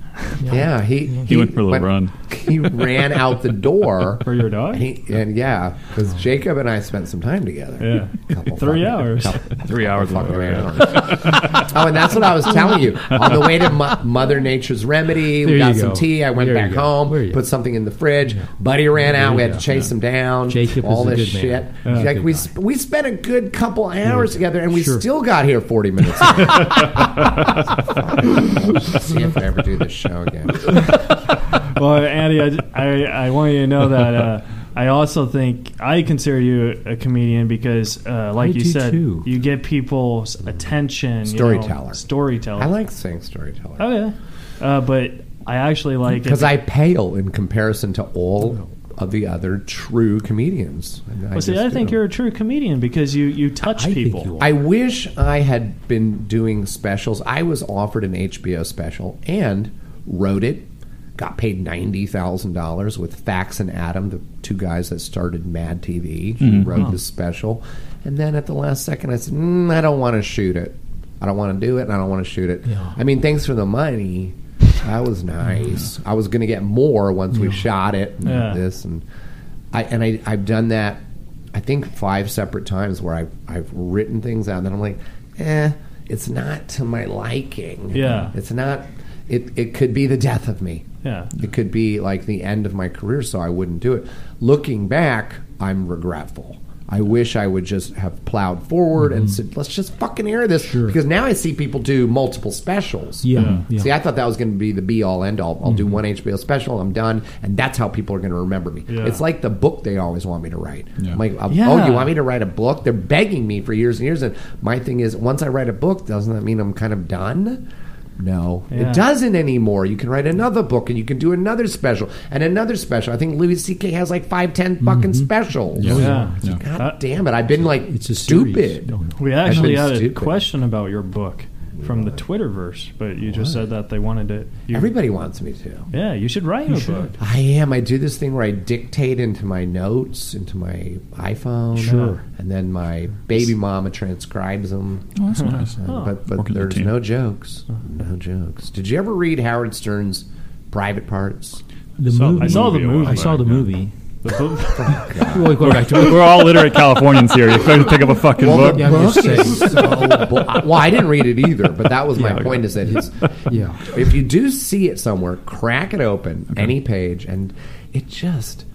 Speaker 3: Yeah, he
Speaker 6: He went for a little
Speaker 3: when-
Speaker 6: run.
Speaker 3: *laughs* He ran out the
Speaker 6: *laughs*
Speaker 3: door
Speaker 2: For your dog?
Speaker 3: And, he, and *laughs* yeah, because Jacob and I spent some time together.
Speaker 2: Yeah.
Speaker 3: couple
Speaker 2: Three
Speaker 3: fucking-
Speaker 2: hours.
Speaker 3: couple-
Speaker 6: Three hours
Speaker 3: fucking
Speaker 6: later, yeah.
Speaker 3: hours. *laughs* oh, and that's what I was telling you on the way to Mo- Mother Nature's Remedy.
Speaker 4: There
Speaker 3: we got
Speaker 4: you
Speaker 3: some
Speaker 4: go.
Speaker 3: tea. I went
Speaker 4: There you
Speaker 3: back
Speaker 4: go. There
Speaker 3: home,
Speaker 4: you
Speaker 3: put
Speaker 4: go.
Speaker 3: something in the fridge. Buddy ran out. We had to chase him down.
Speaker 4: Jacob
Speaker 3: all
Speaker 4: is a
Speaker 3: this
Speaker 4: good
Speaker 3: shit.
Speaker 4: man. Yeah.
Speaker 3: Like
Speaker 4: Good
Speaker 3: we
Speaker 4: guy.
Speaker 3: sp- we spent a good couple hours together, and we
Speaker 4: Sure.
Speaker 3: still got here forty minutes.
Speaker 4: *laughs*
Speaker 3: late. See if I ever do this show again.
Speaker 2: well, Andy, I, I, I want you to know that uh, I also think I consider you a comedian because, uh, like
Speaker 4: I
Speaker 2: you
Speaker 4: do
Speaker 2: said,
Speaker 4: too.
Speaker 2: you get people's attention. you know,
Speaker 3: Storyteller.
Speaker 2: storyteller.
Speaker 3: I like saying storyteller.
Speaker 2: Oh yeah, uh, but I actually like it
Speaker 3: Because I pale in comparison to all of the other true comedians. I
Speaker 2: Well, see,
Speaker 3: just
Speaker 2: I think
Speaker 3: do.
Speaker 2: you're a true comedian because you you touch
Speaker 4: I think
Speaker 2: people.
Speaker 4: you are.
Speaker 3: I wish I had been doing specials. I was offered an HBO special and wrote it. Got paid ninety thousand dollars with Fax and Adam, the two guys that started Mad TV.
Speaker 4: Mm-hmm.
Speaker 3: Wrote this special, and then at the last second, I said, mm, "I don't want to shoot it. I don't want to do it, and I don't want to shoot it."
Speaker 4: Yeah.
Speaker 3: I mean, thanks for the money. That was nice. I was going to get more once we shot it and
Speaker 2: Yeah.
Speaker 3: this and I and I I've done that I think five separate times where I have I've written things out and then I'm like, eh, it's not to my liking.
Speaker 2: Yeah.
Speaker 3: it's not. It it could be the death of me.
Speaker 2: Yeah.
Speaker 3: It could be like the end of my career, so I wouldn't do it. Looking back, I'm regretful. I wish I would just have plowed forward and said, let's just fucking air this. Because now I see people do multiple specials.
Speaker 4: Yeah, yeah.
Speaker 3: See, I thought that was going to be the be all end all. I'll do one HBO special, I'm done, and that's how people are going to remember me.
Speaker 2: Yeah.
Speaker 3: It's like the book they always want me to write.
Speaker 6: Yeah.
Speaker 3: I'm like, oh,
Speaker 2: Yeah.
Speaker 3: you want me to write a book? They're begging me for years and years. And my thing is, once I write a book, doesn't that mean I'm kind of done? No,
Speaker 2: Yeah.
Speaker 3: it doesn't anymore. You can write another book, and you can do another special, and another special. I think Louis C.K. has like five, ten fucking specials.
Speaker 2: Yeah.
Speaker 6: Yeah.
Speaker 3: God
Speaker 2: That-
Speaker 3: damn it! I've been like
Speaker 4: It's a series. Oh,
Speaker 3: stupid.
Speaker 4: No, no.
Speaker 2: We
Speaker 3: I've
Speaker 2: actually
Speaker 3: been
Speaker 2: had a
Speaker 3: stupid.
Speaker 2: question about your book from the Twitterverse, but you just said that they wanted to. You,
Speaker 3: Everybody wants me to.
Speaker 2: yeah, you should write a book.
Speaker 3: I am. I do this thing where I dictate into my notes, into my iPhone,
Speaker 4: Sure.
Speaker 3: and then my baby mama transcribes them.
Speaker 6: Oh, that's nice.
Speaker 3: But but
Speaker 6: Working the
Speaker 3: there's
Speaker 6: team.
Speaker 3: no jokes, no jokes. Did you ever read Howard Stern's Private Parts?
Speaker 4: The
Speaker 2: Saw- I
Speaker 4: movie.
Speaker 2: saw the movie.
Speaker 4: I saw the
Speaker 2: Yeah.
Speaker 4: movie.
Speaker 2: The book-
Speaker 4: Well, go back to it.
Speaker 6: We're all literate Californians here. You're going to pick up a fucking book.
Speaker 4: yeah, I'm just saying.
Speaker 3: *laughs* so bo- well, I didn't read it either, but that was my point. Is that it's,
Speaker 4: Yeah.
Speaker 3: if you do see it somewhere, crack it open, any page, and it just,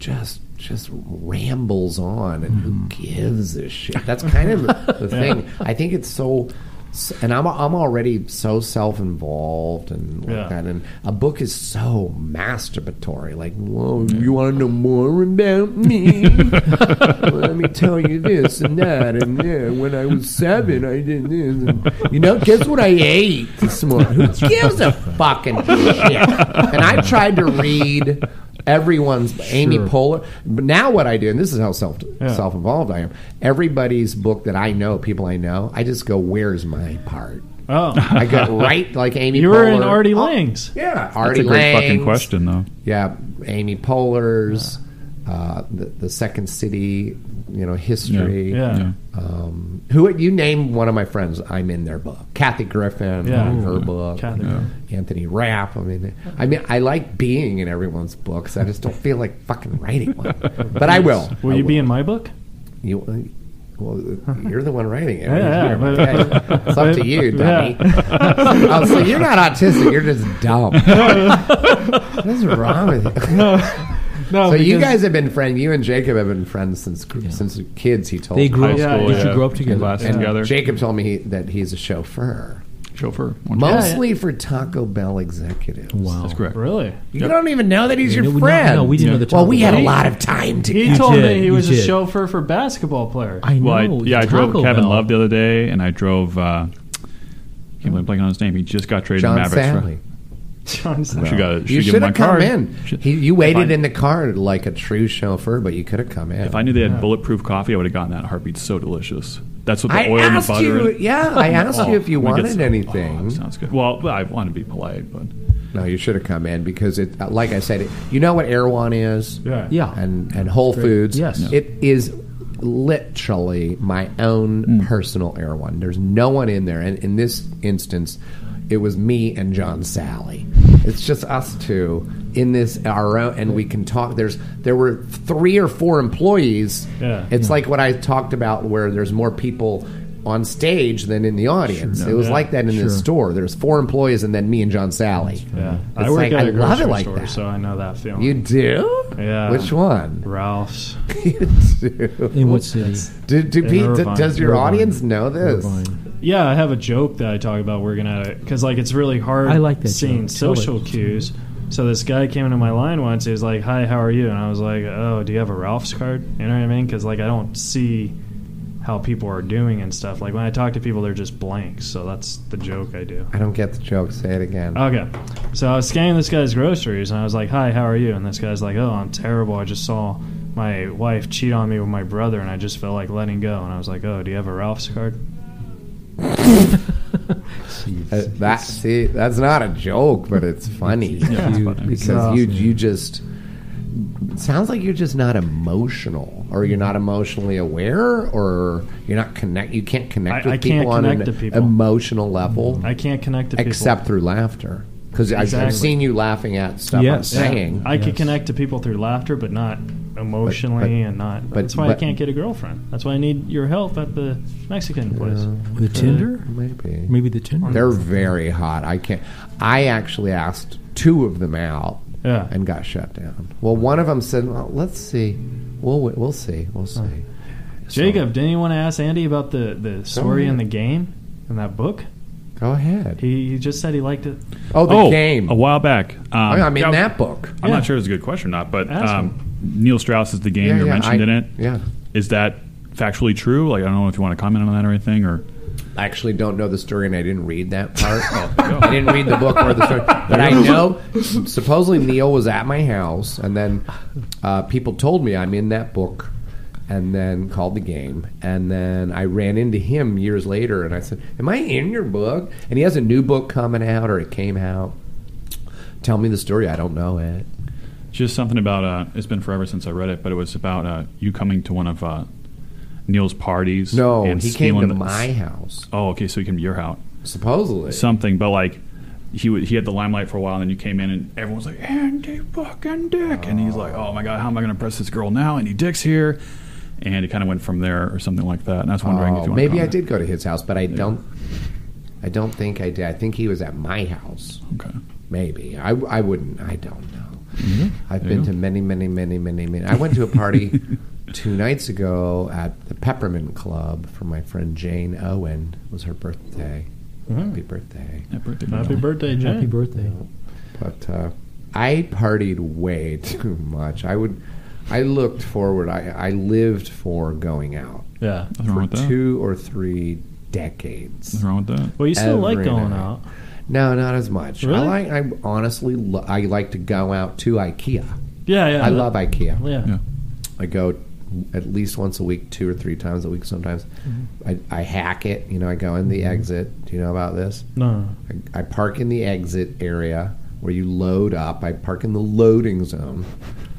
Speaker 3: just, just rambles on, and who gives a shit? That's kind of the thing. I think it's so. s- And I'm I'm already so self involved and like
Speaker 2: Yeah.
Speaker 3: that, and a book is so masturbatory. Like, whoa, you want to know more about me? let me tell you this and that and yeah, when I was seven I did this and, you know guess what I ate this morning who gives a fucking shit and I tried to read everyone's Amy Poehler but now what I do and this is how self self involved I am everybody's book that I know people I know I just go where's my part
Speaker 2: oh,
Speaker 3: I
Speaker 6: *laughs*
Speaker 3: go right like Amy
Speaker 2: you were in
Speaker 3: Poehler. Oh,
Speaker 2: Artie Lang's.
Speaker 3: yeah
Speaker 6: That's
Speaker 3: Artie
Speaker 6: a great fucking
Speaker 3: Lang's.
Speaker 6: question, though.
Speaker 3: Yeah, Amy Poehler's, uh, the, the Second City, you know, history.
Speaker 2: Yeah.
Speaker 6: Yeah.
Speaker 3: Um, who you name one of my friends, I'm in their book. Kathy Griffin,
Speaker 2: Yeah.
Speaker 3: I'm in her
Speaker 6: Ooh.
Speaker 3: book.
Speaker 2: Kathy.
Speaker 3: Anthony Rapp. I mean, I mean, I like being in everyone's books. I just don't feel like fucking writing one, but I will.
Speaker 2: Will
Speaker 3: I
Speaker 2: you be in my book?
Speaker 3: You, uh, well, you're the one writing
Speaker 2: *laughs*
Speaker 3: it.
Speaker 2: Yeah,
Speaker 3: You're-
Speaker 2: yeah, but-
Speaker 3: okay. it's up to you, dummy.
Speaker 2: *laughs* Yeah. *laughs*
Speaker 3: oh, so you're not autistic. You're just dumb.
Speaker 6: *laughs*
Speaker 3: *laughs* What's wrong with you?
Speaker 2: *laughs* No,
Speaker 3: So you
Speaker 2: Oh, because-
Speaker 3: guys have been friends. You and Jacob have been friends since since kids. He told
Speaker 4: They
Speaker 3: me.
Speaker 4: grew
Speaker 6: High
Speaker 4: up.
Speaker 6: school,
Speaker 4: Did
Speaker 6: yeah.
Speaker 4: you grow up together?
Speaker 6: Class
Speaker 3: And
Speaker 6: together.
Speaker 3: Jacob told me he, that he's a chauffeur,
Speaker 6: Chauffeur.
Speaker 3: mostly for Taco Bell executives.
Speaker 4: Wow.
Speaker 6: That's correct.
Speaker 2: really.
Speaker 3: You don't even know that he's your
Speaker 4: No, we- no,
Speaker 3: friend.
Speaker 4: no, we didn't know the
Speaker 3: Well,
Speaker 4: Taco
Speaker 3: we
Speaker 4: Bell.
Speaker 3: had a lot of time to.
Speaker 2: He told
Speaker 4: did,
Speaker 2: me he
Speaker 4: you
Speaker 2: was a
Speaker 4: did.
Speaker 2: chauffeur for basketball
Speaker 3: *laughs*
Speaker 2: player.
Speaker 4: I know.
Speaker 6: Well, I, yeah, I
Speaker 4: it's
Speaker 6: drove
Speaker 4: Taco
Speaker 6: Kevin
Speaker 4: Bell.
Speaker 6: Love the other day, and I drove. Uh, can't believe I'm blanking on his name. He just got traded
Speaker 3: John
Speaker 6: to Mavericks. for-
Speaker 3: Sally.
Speaker 2: John *laughs* said-
Speaker 6: She got. She
Speaker 3: You
Speaker 6: gave
Speaker 3: should
Speaker 6: him my
Speaker 3: have come
Speaker 6: card.
Speaker 3: in.
Speaker 6: Should-
Speaker 3: He, you waited
Speaker 6: I-
Speaker 3: in the car like a true chauffeur, but you could have come in.
Speaker 6: If I knew they had bulletproof coffee, I would have gotten that in a heartbeat. So delicious. That's what the
Speaker 3: I
Speaker 6: oil and the
Speaker 3: asked
Speaker 6: butter.
Speaker 3: you,
Speaker 6: in it-
Speaker 3: yeah, I asked you if you
Speaker 6: I'm gonna get
Speaker 3: wanted
Speaker 6: some-
Speaker 3: anything.
Speaker 6: Oh, sounds good. Well, I want to be polite, but
Speaker 3: no, you should have come in because it, like I said, it, you know what Erewhon is.
Speaker 2: Yeah.
Speaker 4: Yeah.
Speaker 3: and and Whole Foods.
Speaker 4: Yes. Yeah.
Speaker 3: it is literally my own
Speaker 2: Mm.
Speaker 3: personal air one. There's no one in there, and in this instance, it was me and John Sally. It's just us two in this our own, and we can talk. There's there were three or four employees.
Speaker 2: Yeah.
Speaker 3: it's like what I talked about, where there's more people. On stage than in the audience. it was
Speaker 2: Yeah.
Speaker 3: like that in this store. There's four employees and then me and John Sally.
Speaker 2: Yeah.
Speaker 3: It's
Speaker 2: I work
Speaker 3: like,
Speaker 2: at a
Speaker 3: I love
Speaker 2: grocery
Speaker 3: it like
Speaker 2: store,
Speaker 3: that.
Speaker 2: so I know that feeling.
Speaker 3: You do?
Speaker 2: Yeah.
Speaker 3: Which one?
Speaker 2: Ralph's.
Speaker 3: you do.
Speaker 4: In what city?
Speaker 3: Do, do Pete, d-
Speaker 2: Irvine.
Speaker 3: does your
Speaker 4: Irvine.
Speaker 3: audience know this?
Speaker 4: Irvine.
Speaker 2: Yeah, I have a joke that I talk about working at it because like it's really hard.
Speaker 4: I like that
Speaker 2: seeing
Speaker 4: joke. Tell
Speaker 2: social
Speaker 4: it.
Speaker 2: cues So this guy came into my line once. He was like, "Hi, how are you?" And I was like, "Oh, do you have a Ralph's card?" You know what I mean? Because like I don't see how people are doing and stuff. Like when I talk to people, they're just blanks. So that's the joke I do.
Speaker 3: I don't get the joke. Say it again.
Speaker 2: Okay. So I was scanning this guy's groceries and I was like, Hi, how are you? And this guy's like, Oh, I'm terrible. I just saw my wife cheat on me with my brother and I just felt like letting go. And I was like, Oh, do you have a Ralph's card?
Speaker 3: Uh, that see, that's not a joke, but it's funny
Speaker 6: Yeah, it's
Speaker 3: You-
Speaker 6: funny.
Speaker 3: because you you just it sounds like you're just not emotional, or you're not emotionally aware, or you're not connect. You can't connect
Speaker 2: I-
Speaker 3: with
Speaker 2: I
Speaker 3: people
Speaker 2: can't
Speaker 3: on
Speaker 2: connect
Speaker 3: an
Speaker 2: to people.
Speaker 3: emotional level,
Speaker 2: I can't connect to people.
Speaker 3: except through laughter. Because I've
Speaker 2: Exactly.
Speaker 3: seen you laughing at stuff I'm
Speaker 4: Yes.
Speaker 3: saying,
Speaker 2: I could
Speaker 4: Yes.
Speaker 2: connect to people through laughter, but not emotionally
Speaker 3: But- but-
Speaker 2: and not.
Speaker 3: but-
Speaker 2: that's why
Speaker 3: but-
Speaker 2: I can't get a girlfriend. That's why I need your help at the Mexican place.
Speaker 4: The Tinder?
Speaker 3: maybe
Speaker 4: Maybe the Tinder.
Speaker 3: they're very hot. I can't. I actually asked two of them out,
Speaker 2: Yeah.
Speaker 3: and got shut down. Well, one of them said, well, "Let's see. We'll we'll see. We'll see."
Speaker 2: Jacob, didn't you want to ask Andy about the, the story in the game and that book?
Speaker 3: Go ahead.
Speaker 2: He, he just said he liked it.
Speaker 3: Oh, the
Speaker 6: oh,
Speaker 3: game. Oh,
Speaker 6: a while back. Um,
Speaker 3: I mean, I mean
Speaker 6: yeah,
Speaker 3: that book.
Speaker 6: I'm
Speaker 2: Yeah.
Speaker 6: not sure if it's a good question or not, but
Speaker 2: Ask
Speaker 6: um, Neil Strauss is the game you were mentioned
Speaker 3: I-
Speaker 6: in it.
Speaker 3: Yeah.
Speaker 6: Is that factually true? Like, I don't know if you want to comment on that or
Speaker 3: *laughs*
Speaker 6: anything, or
Speaker 3: I actually don't know the story, and I didn't read that part. I didn't read the book or the
Speaker 6: *laughs*
Speaker 3: story, but I know supposedly Neil was at my house, and then uh, people told me I'm in that book, and then called the game, and then I ran into him years later, and I said, "Am I in your book?" And he has a new book coming out, or it came out. Tell me the story. I don't know it.
Speaker 6: just something about. Uh, it's been forever since I read it, but it was about uh, you coming to one of uh, Neil's parties.
Speaker 3: No,
Speaker 6: and
Speaker 3: he came to
Speaker 6: stealing the-
Speaker 3: my house
Speaker 6: Oh, okay, so he came to your house.
Speaker 3: supposedly.
Speaker 6: something, but like he w- he had the limelight for a while, and then you came in, and everyone's like Andy fucking Dick, and he's like, oh my god, how am I gonna impress this girl now? Andy Dick's here, and it kind of went from there or something like that. And I was wondering if
Speaker 3: Oh,
Speaker 6: you want
Speaker 3: maybe I did go to his house, but I don't. I don't think I did. I think he was at my house.
Speaker 6: Okay,
Speaker 3: Maybe I, I wouldn't. I don't know. I've
Speaker 6: Mm-hmm. There
Speaker 3: been
Speaker 6: you
Speaker 3: to
Speaker 6: go.
Speaker 3: many, many, many, many, many. I went to a
Speaker 6: *laughs*
Speaker 3: party two nights ago at the Peppermint Club for my friend Jane Owen. It was her birthday.
Speaker 6: Mm-hmm.
Speaker 3: Happy birthday!
Speaker 6: Happy birthday,
Speaker 2: Happy
Speaker 6: Neil.
Speaker 2: birthday, Jay.
Speaker 4: Happy birthday.
Speaker 3: But uh, I partied way *laughs* too much. I would. I looked forward. I, I lived for going out
Speaker 2: Yeah.
Speaker 6: Nothing wrong
Speaker 3: for
Speaker 6: with that.
Speaker 3: two or three decades.
Speaker 6: Nothing wrong with that.
Speaker 2: Well, you still like
Speaker 3: Every
Speaker 2: going
Speaker 3: night.
Speaker 2: out.
Speaker 3: No, not as much. I
Speaker 2: Really?
Speaker 3: like. I honestly, lo- I like to go out to IKEA.
Speaker 2: Yeah, yeah.
Speaker 3: I love IKEA.
Speaker 2: Yeah.
Speaker 6: Yeah.
Speaker 3: I go at least once a week, two or three times a week. Sometimes
Speaker 4: Mm-hmm.
Speaker 3: I, I hack it. You know, I go in the exit. Do you know about this?
Speaker 2: No, no, no.
Speaker 3: I, I park in the exit area where you load up. I park in the loading zone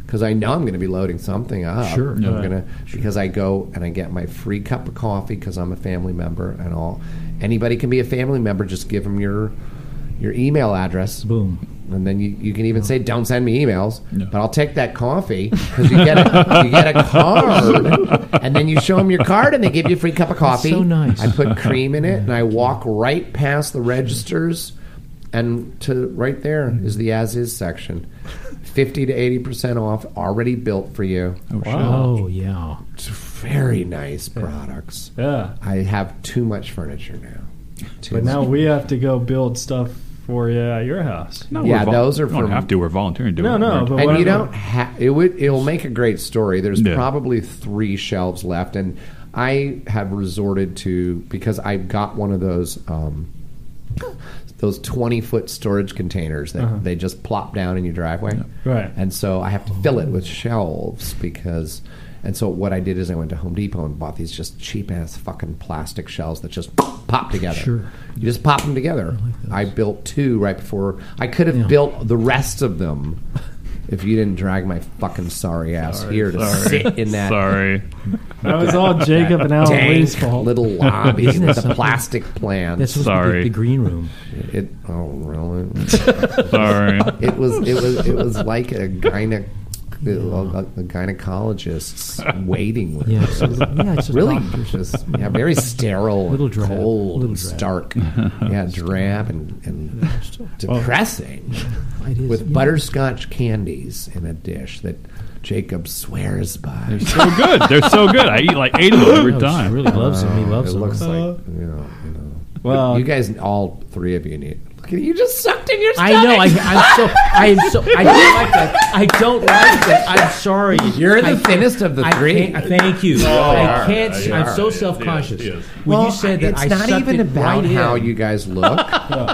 Speaker 3: because I know I'm going to be loading something up.
Speaker 4: Sure.
Speaker 3: I'm
Speaker 2: Yeah.
Speaker 3: gonna because I go and I get my free cup of coffee because I'm a family member and all. Anybody can be a family member. Just give them your your email address.
Speaker 4: Boom.
Speaker 3: And then you, you can even say, "Don't send me emails,"
Speaker 6: No.
Speaker 3: but I'll take that coffee because you get a, you get a card, and then you show them your card, and they give you a free cup of coffee.
Speaker 4: So nice.
Speaker 3: I put cream in it, and I walk right past the registers, and to right there is the as is section, fifty to eighty percent off, already built for you.
Speaker 6: Oh, shit.
Speaker 4: Oh, yeah.
Speaker 3: It's very nice products.
Speaker 2: Yeah.
Speaker 3: I have too much furniture now. Too
Speaker 2: But
Speaker 3: much.
Speaker 2: now we have to go build stuff for you at your house.
Speaker 6: No,
Speaker 3: Yeah,
Speaker 6: we're vol-
Speaker 3: those are
Speaker 6: we don't
Speaker 3: from-
Speaker 6: have to. We're volunteering. to Do
Speaker 2: No,
Speaker 6: it.
Speaker 2: no,
Speaker 6: We're-
Speaker 2: but-
Speaker 3: and
Speaker 2: what
Speaker 3: you
Speaker 2: I'm-
Speaker 3: don't ha it would it'll make a great story there's
Speaker 6: Yeah.
Speaker 3: probably three shelves left and i have resorted to because i got one of those um those 20 foot storage containers that they just plop down in your driveway
Speaker 2: Uh-huh. Right.
Speaker 3: and so i have to fill it with shelves because and so what i did is i went to home depot and bought these just cheap ass fucking plastic shelves that just pop together
Speaker 4: Sure.
Speaker 3: you just pop them together i, built two right before i could have built the rest of them if you didn't drag my fucking sorry ass here to
Speaker 6: Sorry.
Speaker 3: sit in that *laughs*
Speaker 6: Sorry.
Speaker 2: That was all Jacob and Alan Lee's
Speaker 3: dank
Speaker 2: fault.
Speaker 3: little lobby
Speaker 4: *laughs* Isn't that
Speaker 3: with the
Speaker 4: something?
Speaker 3: plastic plant.
Speaker 4: That's supposed to be
Speaker 6: Sorry.
Speaker 4: the, the green room.
Speaker 3: It, oh, really?
Speaker 6: Sorry.
Speaker 3: It was it was it was like a gyne a, a gynecologist's waiting room.
Speaker 4: Yeah.
Speaker 3: *laughs*
Speaker 4: So, yeah, it's just
Speaker 3: Really,
Speaker 4: doctors.
Speaker 3: just yeah, very sterile,
Speaker 4: Little
Speaker 3: and
Speaker 4: drab,
Speaker 3: cold,
Speaker 4: little
Speaker 3: and
Speaker 4: drab. *laughs*
Speaker 3: stark. Yeah, drab and, and depressing.
Speaker 4: It is,
Speaker 3: with
Speaker 4: yeah.
Speaker 3: butterscotch candies in a dish that Jacob swears by.
Speaker 6: so good. They're so good. I eat like eight of them
Speaker 2: *laughs*
Speaker 4: No,
Speaker 6: every
Speaker 4: she
Speaker 6: time.
Speaker 4: really loves him. He loves
Speaker 3: Uh, it
Speaker 4: him.
Speaker 3: looks like you know, you know.
Speaker 2: Well,
Speaker 3: you guys, all three of you need. Look You just sucked in your
Speaker 4: I
Speaker 3: stomach.
Speaker 4: know. I, I'm so. I am so. I don't like that. I don't like that. I'm sorry.
Speaker 3: You're the
Speaker 4: I,
Speaker 3: thinnest of the
Speaker 4: I
Speaker 3: three.
Speaker 4: can't- thank you.
Speaker 6: are.
Speaker 4: I can't.
Speaker 6: You
Speaker 4: I'm
Speaker 6: are.
Speaker 4: so
Speaker 6: Yes, yes,
Speaker 4: self conscious.
Speaker 6: yes.
Speaker 4: When
Speaker 3: Well,
Speaker 4: you said that,
Speaker 3: it's
Speaker 4: I
Speaker 3: not
Speaker 4: sucked
Speaker 3: even
Speaker 4: it
Speaker 3: about
Speaker 4: right
Speaker 3: how
Speaker 4: in.
Speaker 3: you guys look,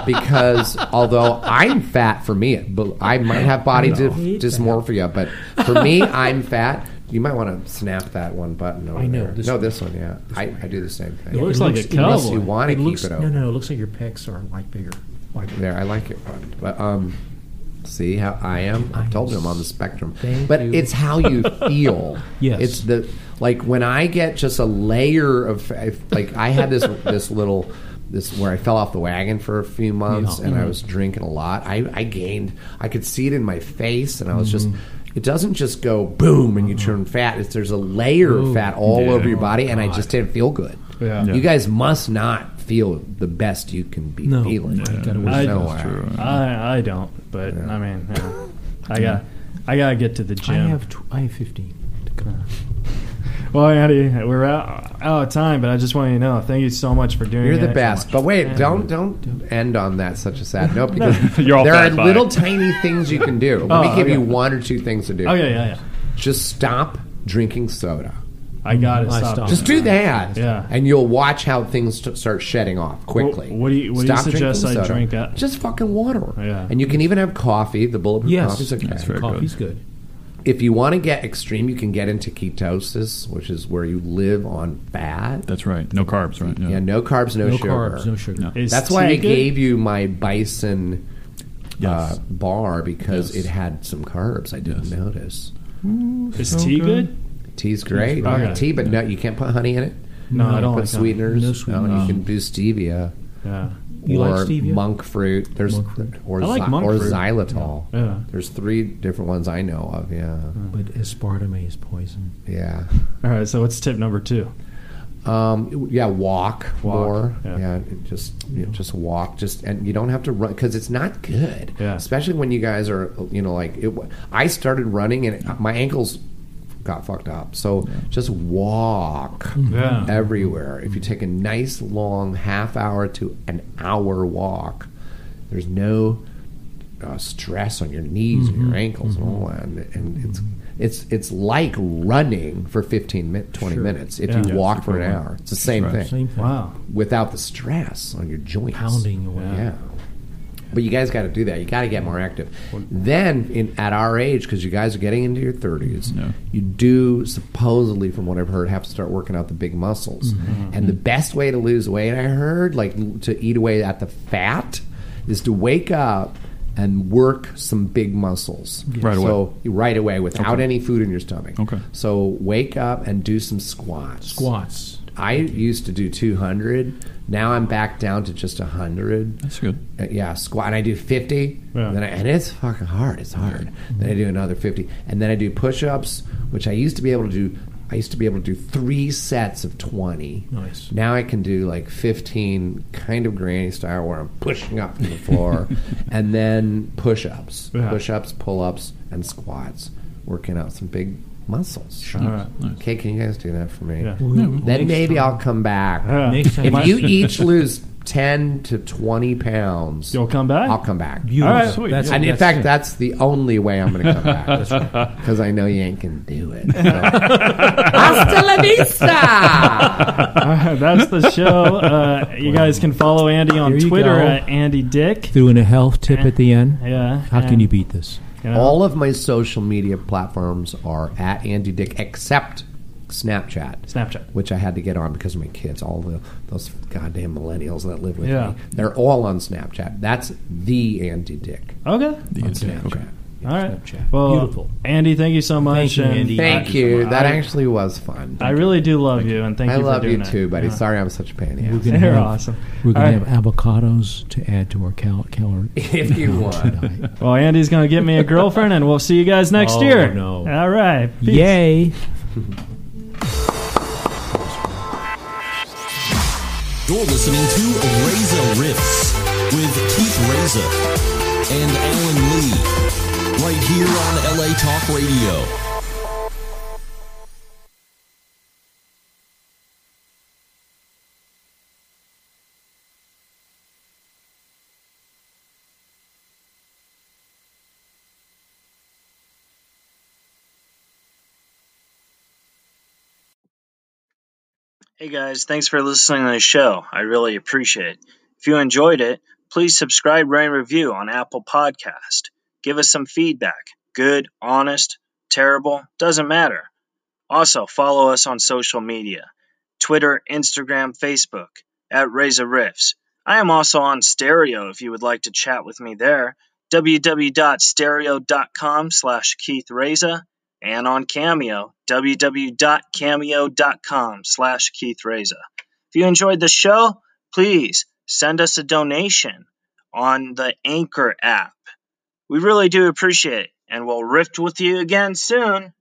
Speaker 3: because although I'm fat for me, but I might have body
Speaker 4: No.
Speaker 3: dy-
Speaker 4: Hate that.
Speaker 3: dysmorphia, but for me, I'm fat. You might want to snap that one button over
Speaker 4: I know,
Speaker 3: there.
Speaker 4: this
Speaker 3: no,
Speaker 4: one.
Speaker 3: this one, yeah. I, I do the same thing.
Speaker 2: It looks
Speaker 4: It
Speaker 2: like
Speaker 4: looks-
Speaker 2: a
Speaker 4: it looks-
Speaker 2: cowboy.
Speaker 3: you want to
Speaker 4: It
Speaker 3: keep
Speaker 4: looks.
Speaker 3: it
Speaker 4: No,
Speaker 3: open.
Speaker 4: no. It looks like your pecs are like bigger. Like
Speaker 3: There, I like it. But um, see how I am. I told you I'm on the spectrum.
Speaker 4: Thank
Speaker 3: but
Speaker 4: you.
Speaker 3: it's
Speaker 4: *laughs*
Speaker 3: how you feel.
Speaker 4: Yes.
Speaker 3: it's the like when I get just a layer of fa- if- like I had this *laughs* this little this where I fell off the wagon for a few months
Speaker 4: Yeah. Mm-hmm.
Speaker 3: and I was drinking a lot. I I gained. I could see it in my face, and I was just.
Speaker 4: Mm-hmm.
Speaker 3: It doesn't just go boom and you turn fat. It's, there's a layer of fat all
Speaker 6: Yeah.
Speaker 3: over your body, and I just didn't feel good.
Speaker 4: Yeah.
Speaker 6: Yeah.
Speaker 3: You guys must not feel the best you can be
Speaker 4: No.
Speaker 3: feeling.
Speaker 4: No, you gotta
Speaker 3: There's
Speaker 2: Oh, I-
Speaker 3: no
Speaker 2: That's
Speaker 3: way.
Speaker 6: true.
Speaker 2: I I don't, but I mean,
Speaker 3: *laughs*
Speaker 2: yeah. I got I gotta get to the
Speaker 4: I
Speaker 2: gym.
Speaker 4: have. Tw- I have 15. Come on.
Speaker 2: well, Andy, we're out, out of time, but I just want you to know, thank you so much for doing.
Speaker 3: You're the
Speaker 2: it.
Speaker 3: best. But wait, don't don't end on that such a sad note
Speaker 2: *laughs*
Speaker 3: because
Speaker 6: You're all
Speaker 3: there are
Speaker 6: fat, bye.
Speaker 3: little tiny things you can do. Let
Speaker 2: Oh,
Speaker 3: me give
Speaker 2: okay.
Speaker 3: you one or two things to do.
Speaker 2: Oh yeah, yeah, yeah.
Speaker 3: Just stop drinking soda.
Speaker 2: I got it.
Speaker 4: I
Speaker 2: Stop.
Speaker 4: stopped.
Speaker 3: Just do that,
Speaker 2: Oh, Yeah.
Speaker 3: and you'll watch how things t- start shedding off quickly.
Speaker 2: Wh- what do you- what do you
Speaker 3: Stop drinking
Speaker 2: suggest I
Speaker 3: soda.
Speaker 2: drink at?
Speaker 3: Just fucking water.
Speaker 2: Yeah.
Speaker 3: And you can even have coffee. The bulletproof
Speaker 4: Yes.
Speaker 3: coffee's okay.
Speaker 6: That's very
Speaker 4: Coffee's good.
Speaker 3: If you want to get extreme, you can get into ketosis, which is where you live on fat.
Speaker 6: That's right. No carbs, right?
Speaker 3: yeah, no carbs, no,
Speaker 4: No
Speaker 3: sugar.
Speaker 4: carbs. No sugar.
Speaker 6: No.
Speaker 2: Is
Speaker 3: That's why
Speaker 2: tea
Speaker 3: I
Speaker 2: good?
Speaker 3: gave you my bison uh,
Speaker 6: Yes.
Speaker 3: bar because
Speaker 6: Yes.
Speaker 3: it had some carbs. I didn't notice.
Speaker 2: Is tea good?
Speaker 3: Tea's great.
Speaker 2: great.
Speaker 3: Yeah, tea, but no, you can't put honey in it.
Speaker 2: No, I don't
Speaker 3: put
Speaker 2: like honey.
Speaker 3: sweeteners.
Speaker 4: No
Speaker 3: No,
Speaker 4: sweeteners.
Speaker 3: you can do stevia
Speaker 2: Yeah.
Speaker 4: You
Speaker 3: or
Speaker 4: like stevia?
Speaker 3: monk fruit. There's
Speaker 4: Monk fruit.
Speaker 3: or
Speaker 2: I like
Speaker 3: xy-
Speaker 2: monk
Speaker 3: or
Speaker 2: fruit.
Speaker 3: xylitol.
Speaker 2: Yeah. Hmm.
Speaker 3: There's three different ones I know of. Yeah,
Speaker 4: But aspartame is poison.
Speaker 3: yeah,
Speaker 2: All right. So what's tip number two?
Speaker 3: um, yeah. Walk, more.
Speaker 2: yeah.
Speaker 3: Yeah, it just you know, just walk. Just and you don't have to run because it's not good.
Speaker 2: Yeah.
Speaker 3: especially when you guys are you know like it, wa- I started running and it- my ankles got fucked up. So just walk.
Speaker 2: Mm-hmm. Yeah.
Speaker 3: everywhere. If you take a nice long half hour to an hour walk, there's no uh, stress on your knees and your ankles and all that. And, and it's it's it's like running for 15 min 20 minutes if
Speaker 2: Yeah.
Speaker 3: you
Speaker 2: Yeah,
Speaker 3: walk
Speaker 6: it's
Speaker 3: for an
Speaker 6: equivalent.
Speaker 3: hour. It's the same
Speaker 6: right.
Speaker 3: thing
Speaker 4: Same thing.
Speaker 2: Wow.
Speaker 3: without the stress on your joints.
Speaker 4: Pounding away.
Speaker 3: Yeah. But you guys got to do that. You got to get more active. Then, in, at our age, because you guys are getting into your 30s,
Speaker 6: Yeah.
Speaker 3: you do supposedly, from what I've heard, have to start working out the big muscles.
Speaker 6: Mm-hmm.
Speaker 3: And the best way to lose weight, I heard, like l- to eat away at the fat, is to wake up and work some big muscles
Speaker 6: Right away.
Speaker 3: So right away, without
Speaker 6: Okay.
Speaker 3: any food in your stomach.
Speaker 6: Okay.
Speaker 3: So wake up and do some squats.
Speaker 4: Squats.
Speaker 3: I used to do 200. Now I'm back down to just 100.
Speaker 6: That's good.
Speaker 3: Uh, Yeah, squat. And I do 50.
Speaker 2: Yeah.
Speaker 3: Then I, and it's fucking hard. It's hard. Then I do another 50. And then I do push ups, which I used to be able to do. I used to be able to do three sets of 20.
Speaker 4: Nice.
Speaker 3: Now I can do like 15, kind of granny style, where I'm pushing up to
Speaker 2: *laughs*
Speaker 3: the floor. and then push ups,
Speaker 2: Yeah.
Speaker 3: push ups, pull ups, and squats, working out some big muscles.
Speaker 2: All right.
Speaker 3: Okay, can you guys do that for me?
Speaker 2: Yeah.
Speaker 3: Then maybe I'll come back.
Speaker 2: *laughs* Yeah.
Speaker 4: Next time.
Speaker 3: If you
Speaker 2: *laughs*
Speaker 3: each lose 10 to 20 pounds,
Speaker 2: You'll come back.
Speaker 3: I'll come back.
Speaker 4: Beautiful.
Speaker 2: All right, sweet.
Speaker 4: That's,
Speaker 3: and in
Speaker 4: that's
Speaker 3: fact,
Speaker 4: it.
Speaker 3: that's the only way I'm going to come *laughs* back. Because I know you ain't going to do
Speaker 2: *laughs*
Speaker 3: it. So. Hasta la vista!
Speaker 2: All right,
Speaker 4: *laughs*
Speaker 2: that's the show. Uh, you guys can follow Andy on
Speaker 4: There you
Speaker 2: Twitter
Speaker 4: go.
Speaker 2: at Andy Dick.
Speaker 4: threw in a health tip at the end.
Speaker 2: Yeah.
Speaker 4: How can
Speaker 2: and,
Speaker 4: you beat
Speaker 2: *laughs*
Speaker 4: this?
Speaker 2: you know,
Speaker 3: All of my social media platforms are at Andy Dick except Snapchat.
Speaker 2: Snapchat?
Speaker 3: Which I had to get on because of my kids, all the, those goddamn millennials that live with
Speaker 2: Yeah.
Speaker 3: me. They're all on Snapchat. That's the Andy Dick.
Speaker 2: Okay.
Speaker 6: Yeah, okay.
Speaker 2: All right.
Speaker 4: Snapchat.
Speaker 2: Well,
Speaker 4: Beautiful.
Speaker 2: Andy, thank you so much.
Speaker 4: you,
Speaker 2: and
Speaker 4: Andy.
Speaker 3: Thank you. That actually was fun.
Speaker 2: I really do love you, and thank
Speaker 3: I
Speaker 2: you for
Speaker 3: love
Speaker 2: doing
Speaker 3: you
Speaker 2: it.
Speaker 3: too, buddy.
Speaker 2: Yeah.
Speaker 3: Sorry I'm such a pain
Speaker 4: We're
Speaker 3: in the ass.
Speaker 4: gonna
Speaker 2: They're
Speaker 4: have,
Speaker 2: awesome.
Speaker 4: We're going
Speaker 2: All
Speaker 4: to have avocados to add to our cal- calorie. *laughs*
Speaker 3: If you
Speaker 4: count
Speaker 3: want.
Speaker 4: tonight.
Speaker 2: Well, Andy's going to get me a girlfriend, and we'll see you guys next
Speaker 4: Oh,
Speaker 2: year.
Speaker 4: no.
Speaker 2: All right.
Speaker 3: *laughs*
Speaker 2: Peace.
Speaker 4: Yay!
Speaker 1: You're listening to Razor Riffs with Keith Razor and Alan Lee right here on LA Talk Radio.
Speaker 2: Hey guys, thanks for listening to the show. I really appreciate it. If you enjoyed it, please subscribe, rate, and review on Apple Podcast. Give us some feedback. Good, honest, terrible, doesn't matter. Also, follow us on social media. Twitter, Instagram, Facebook, at Razor Riffs. I am also on Stereo if you would like to chat with me there. www.stereo.com slash Keith Reza and on Cameo, www.cameo.com slash Keith Reza. If you enjoyed the show, please send us a donation on the Anchor app. We really do appreciate it, and we'll rift with you again soon.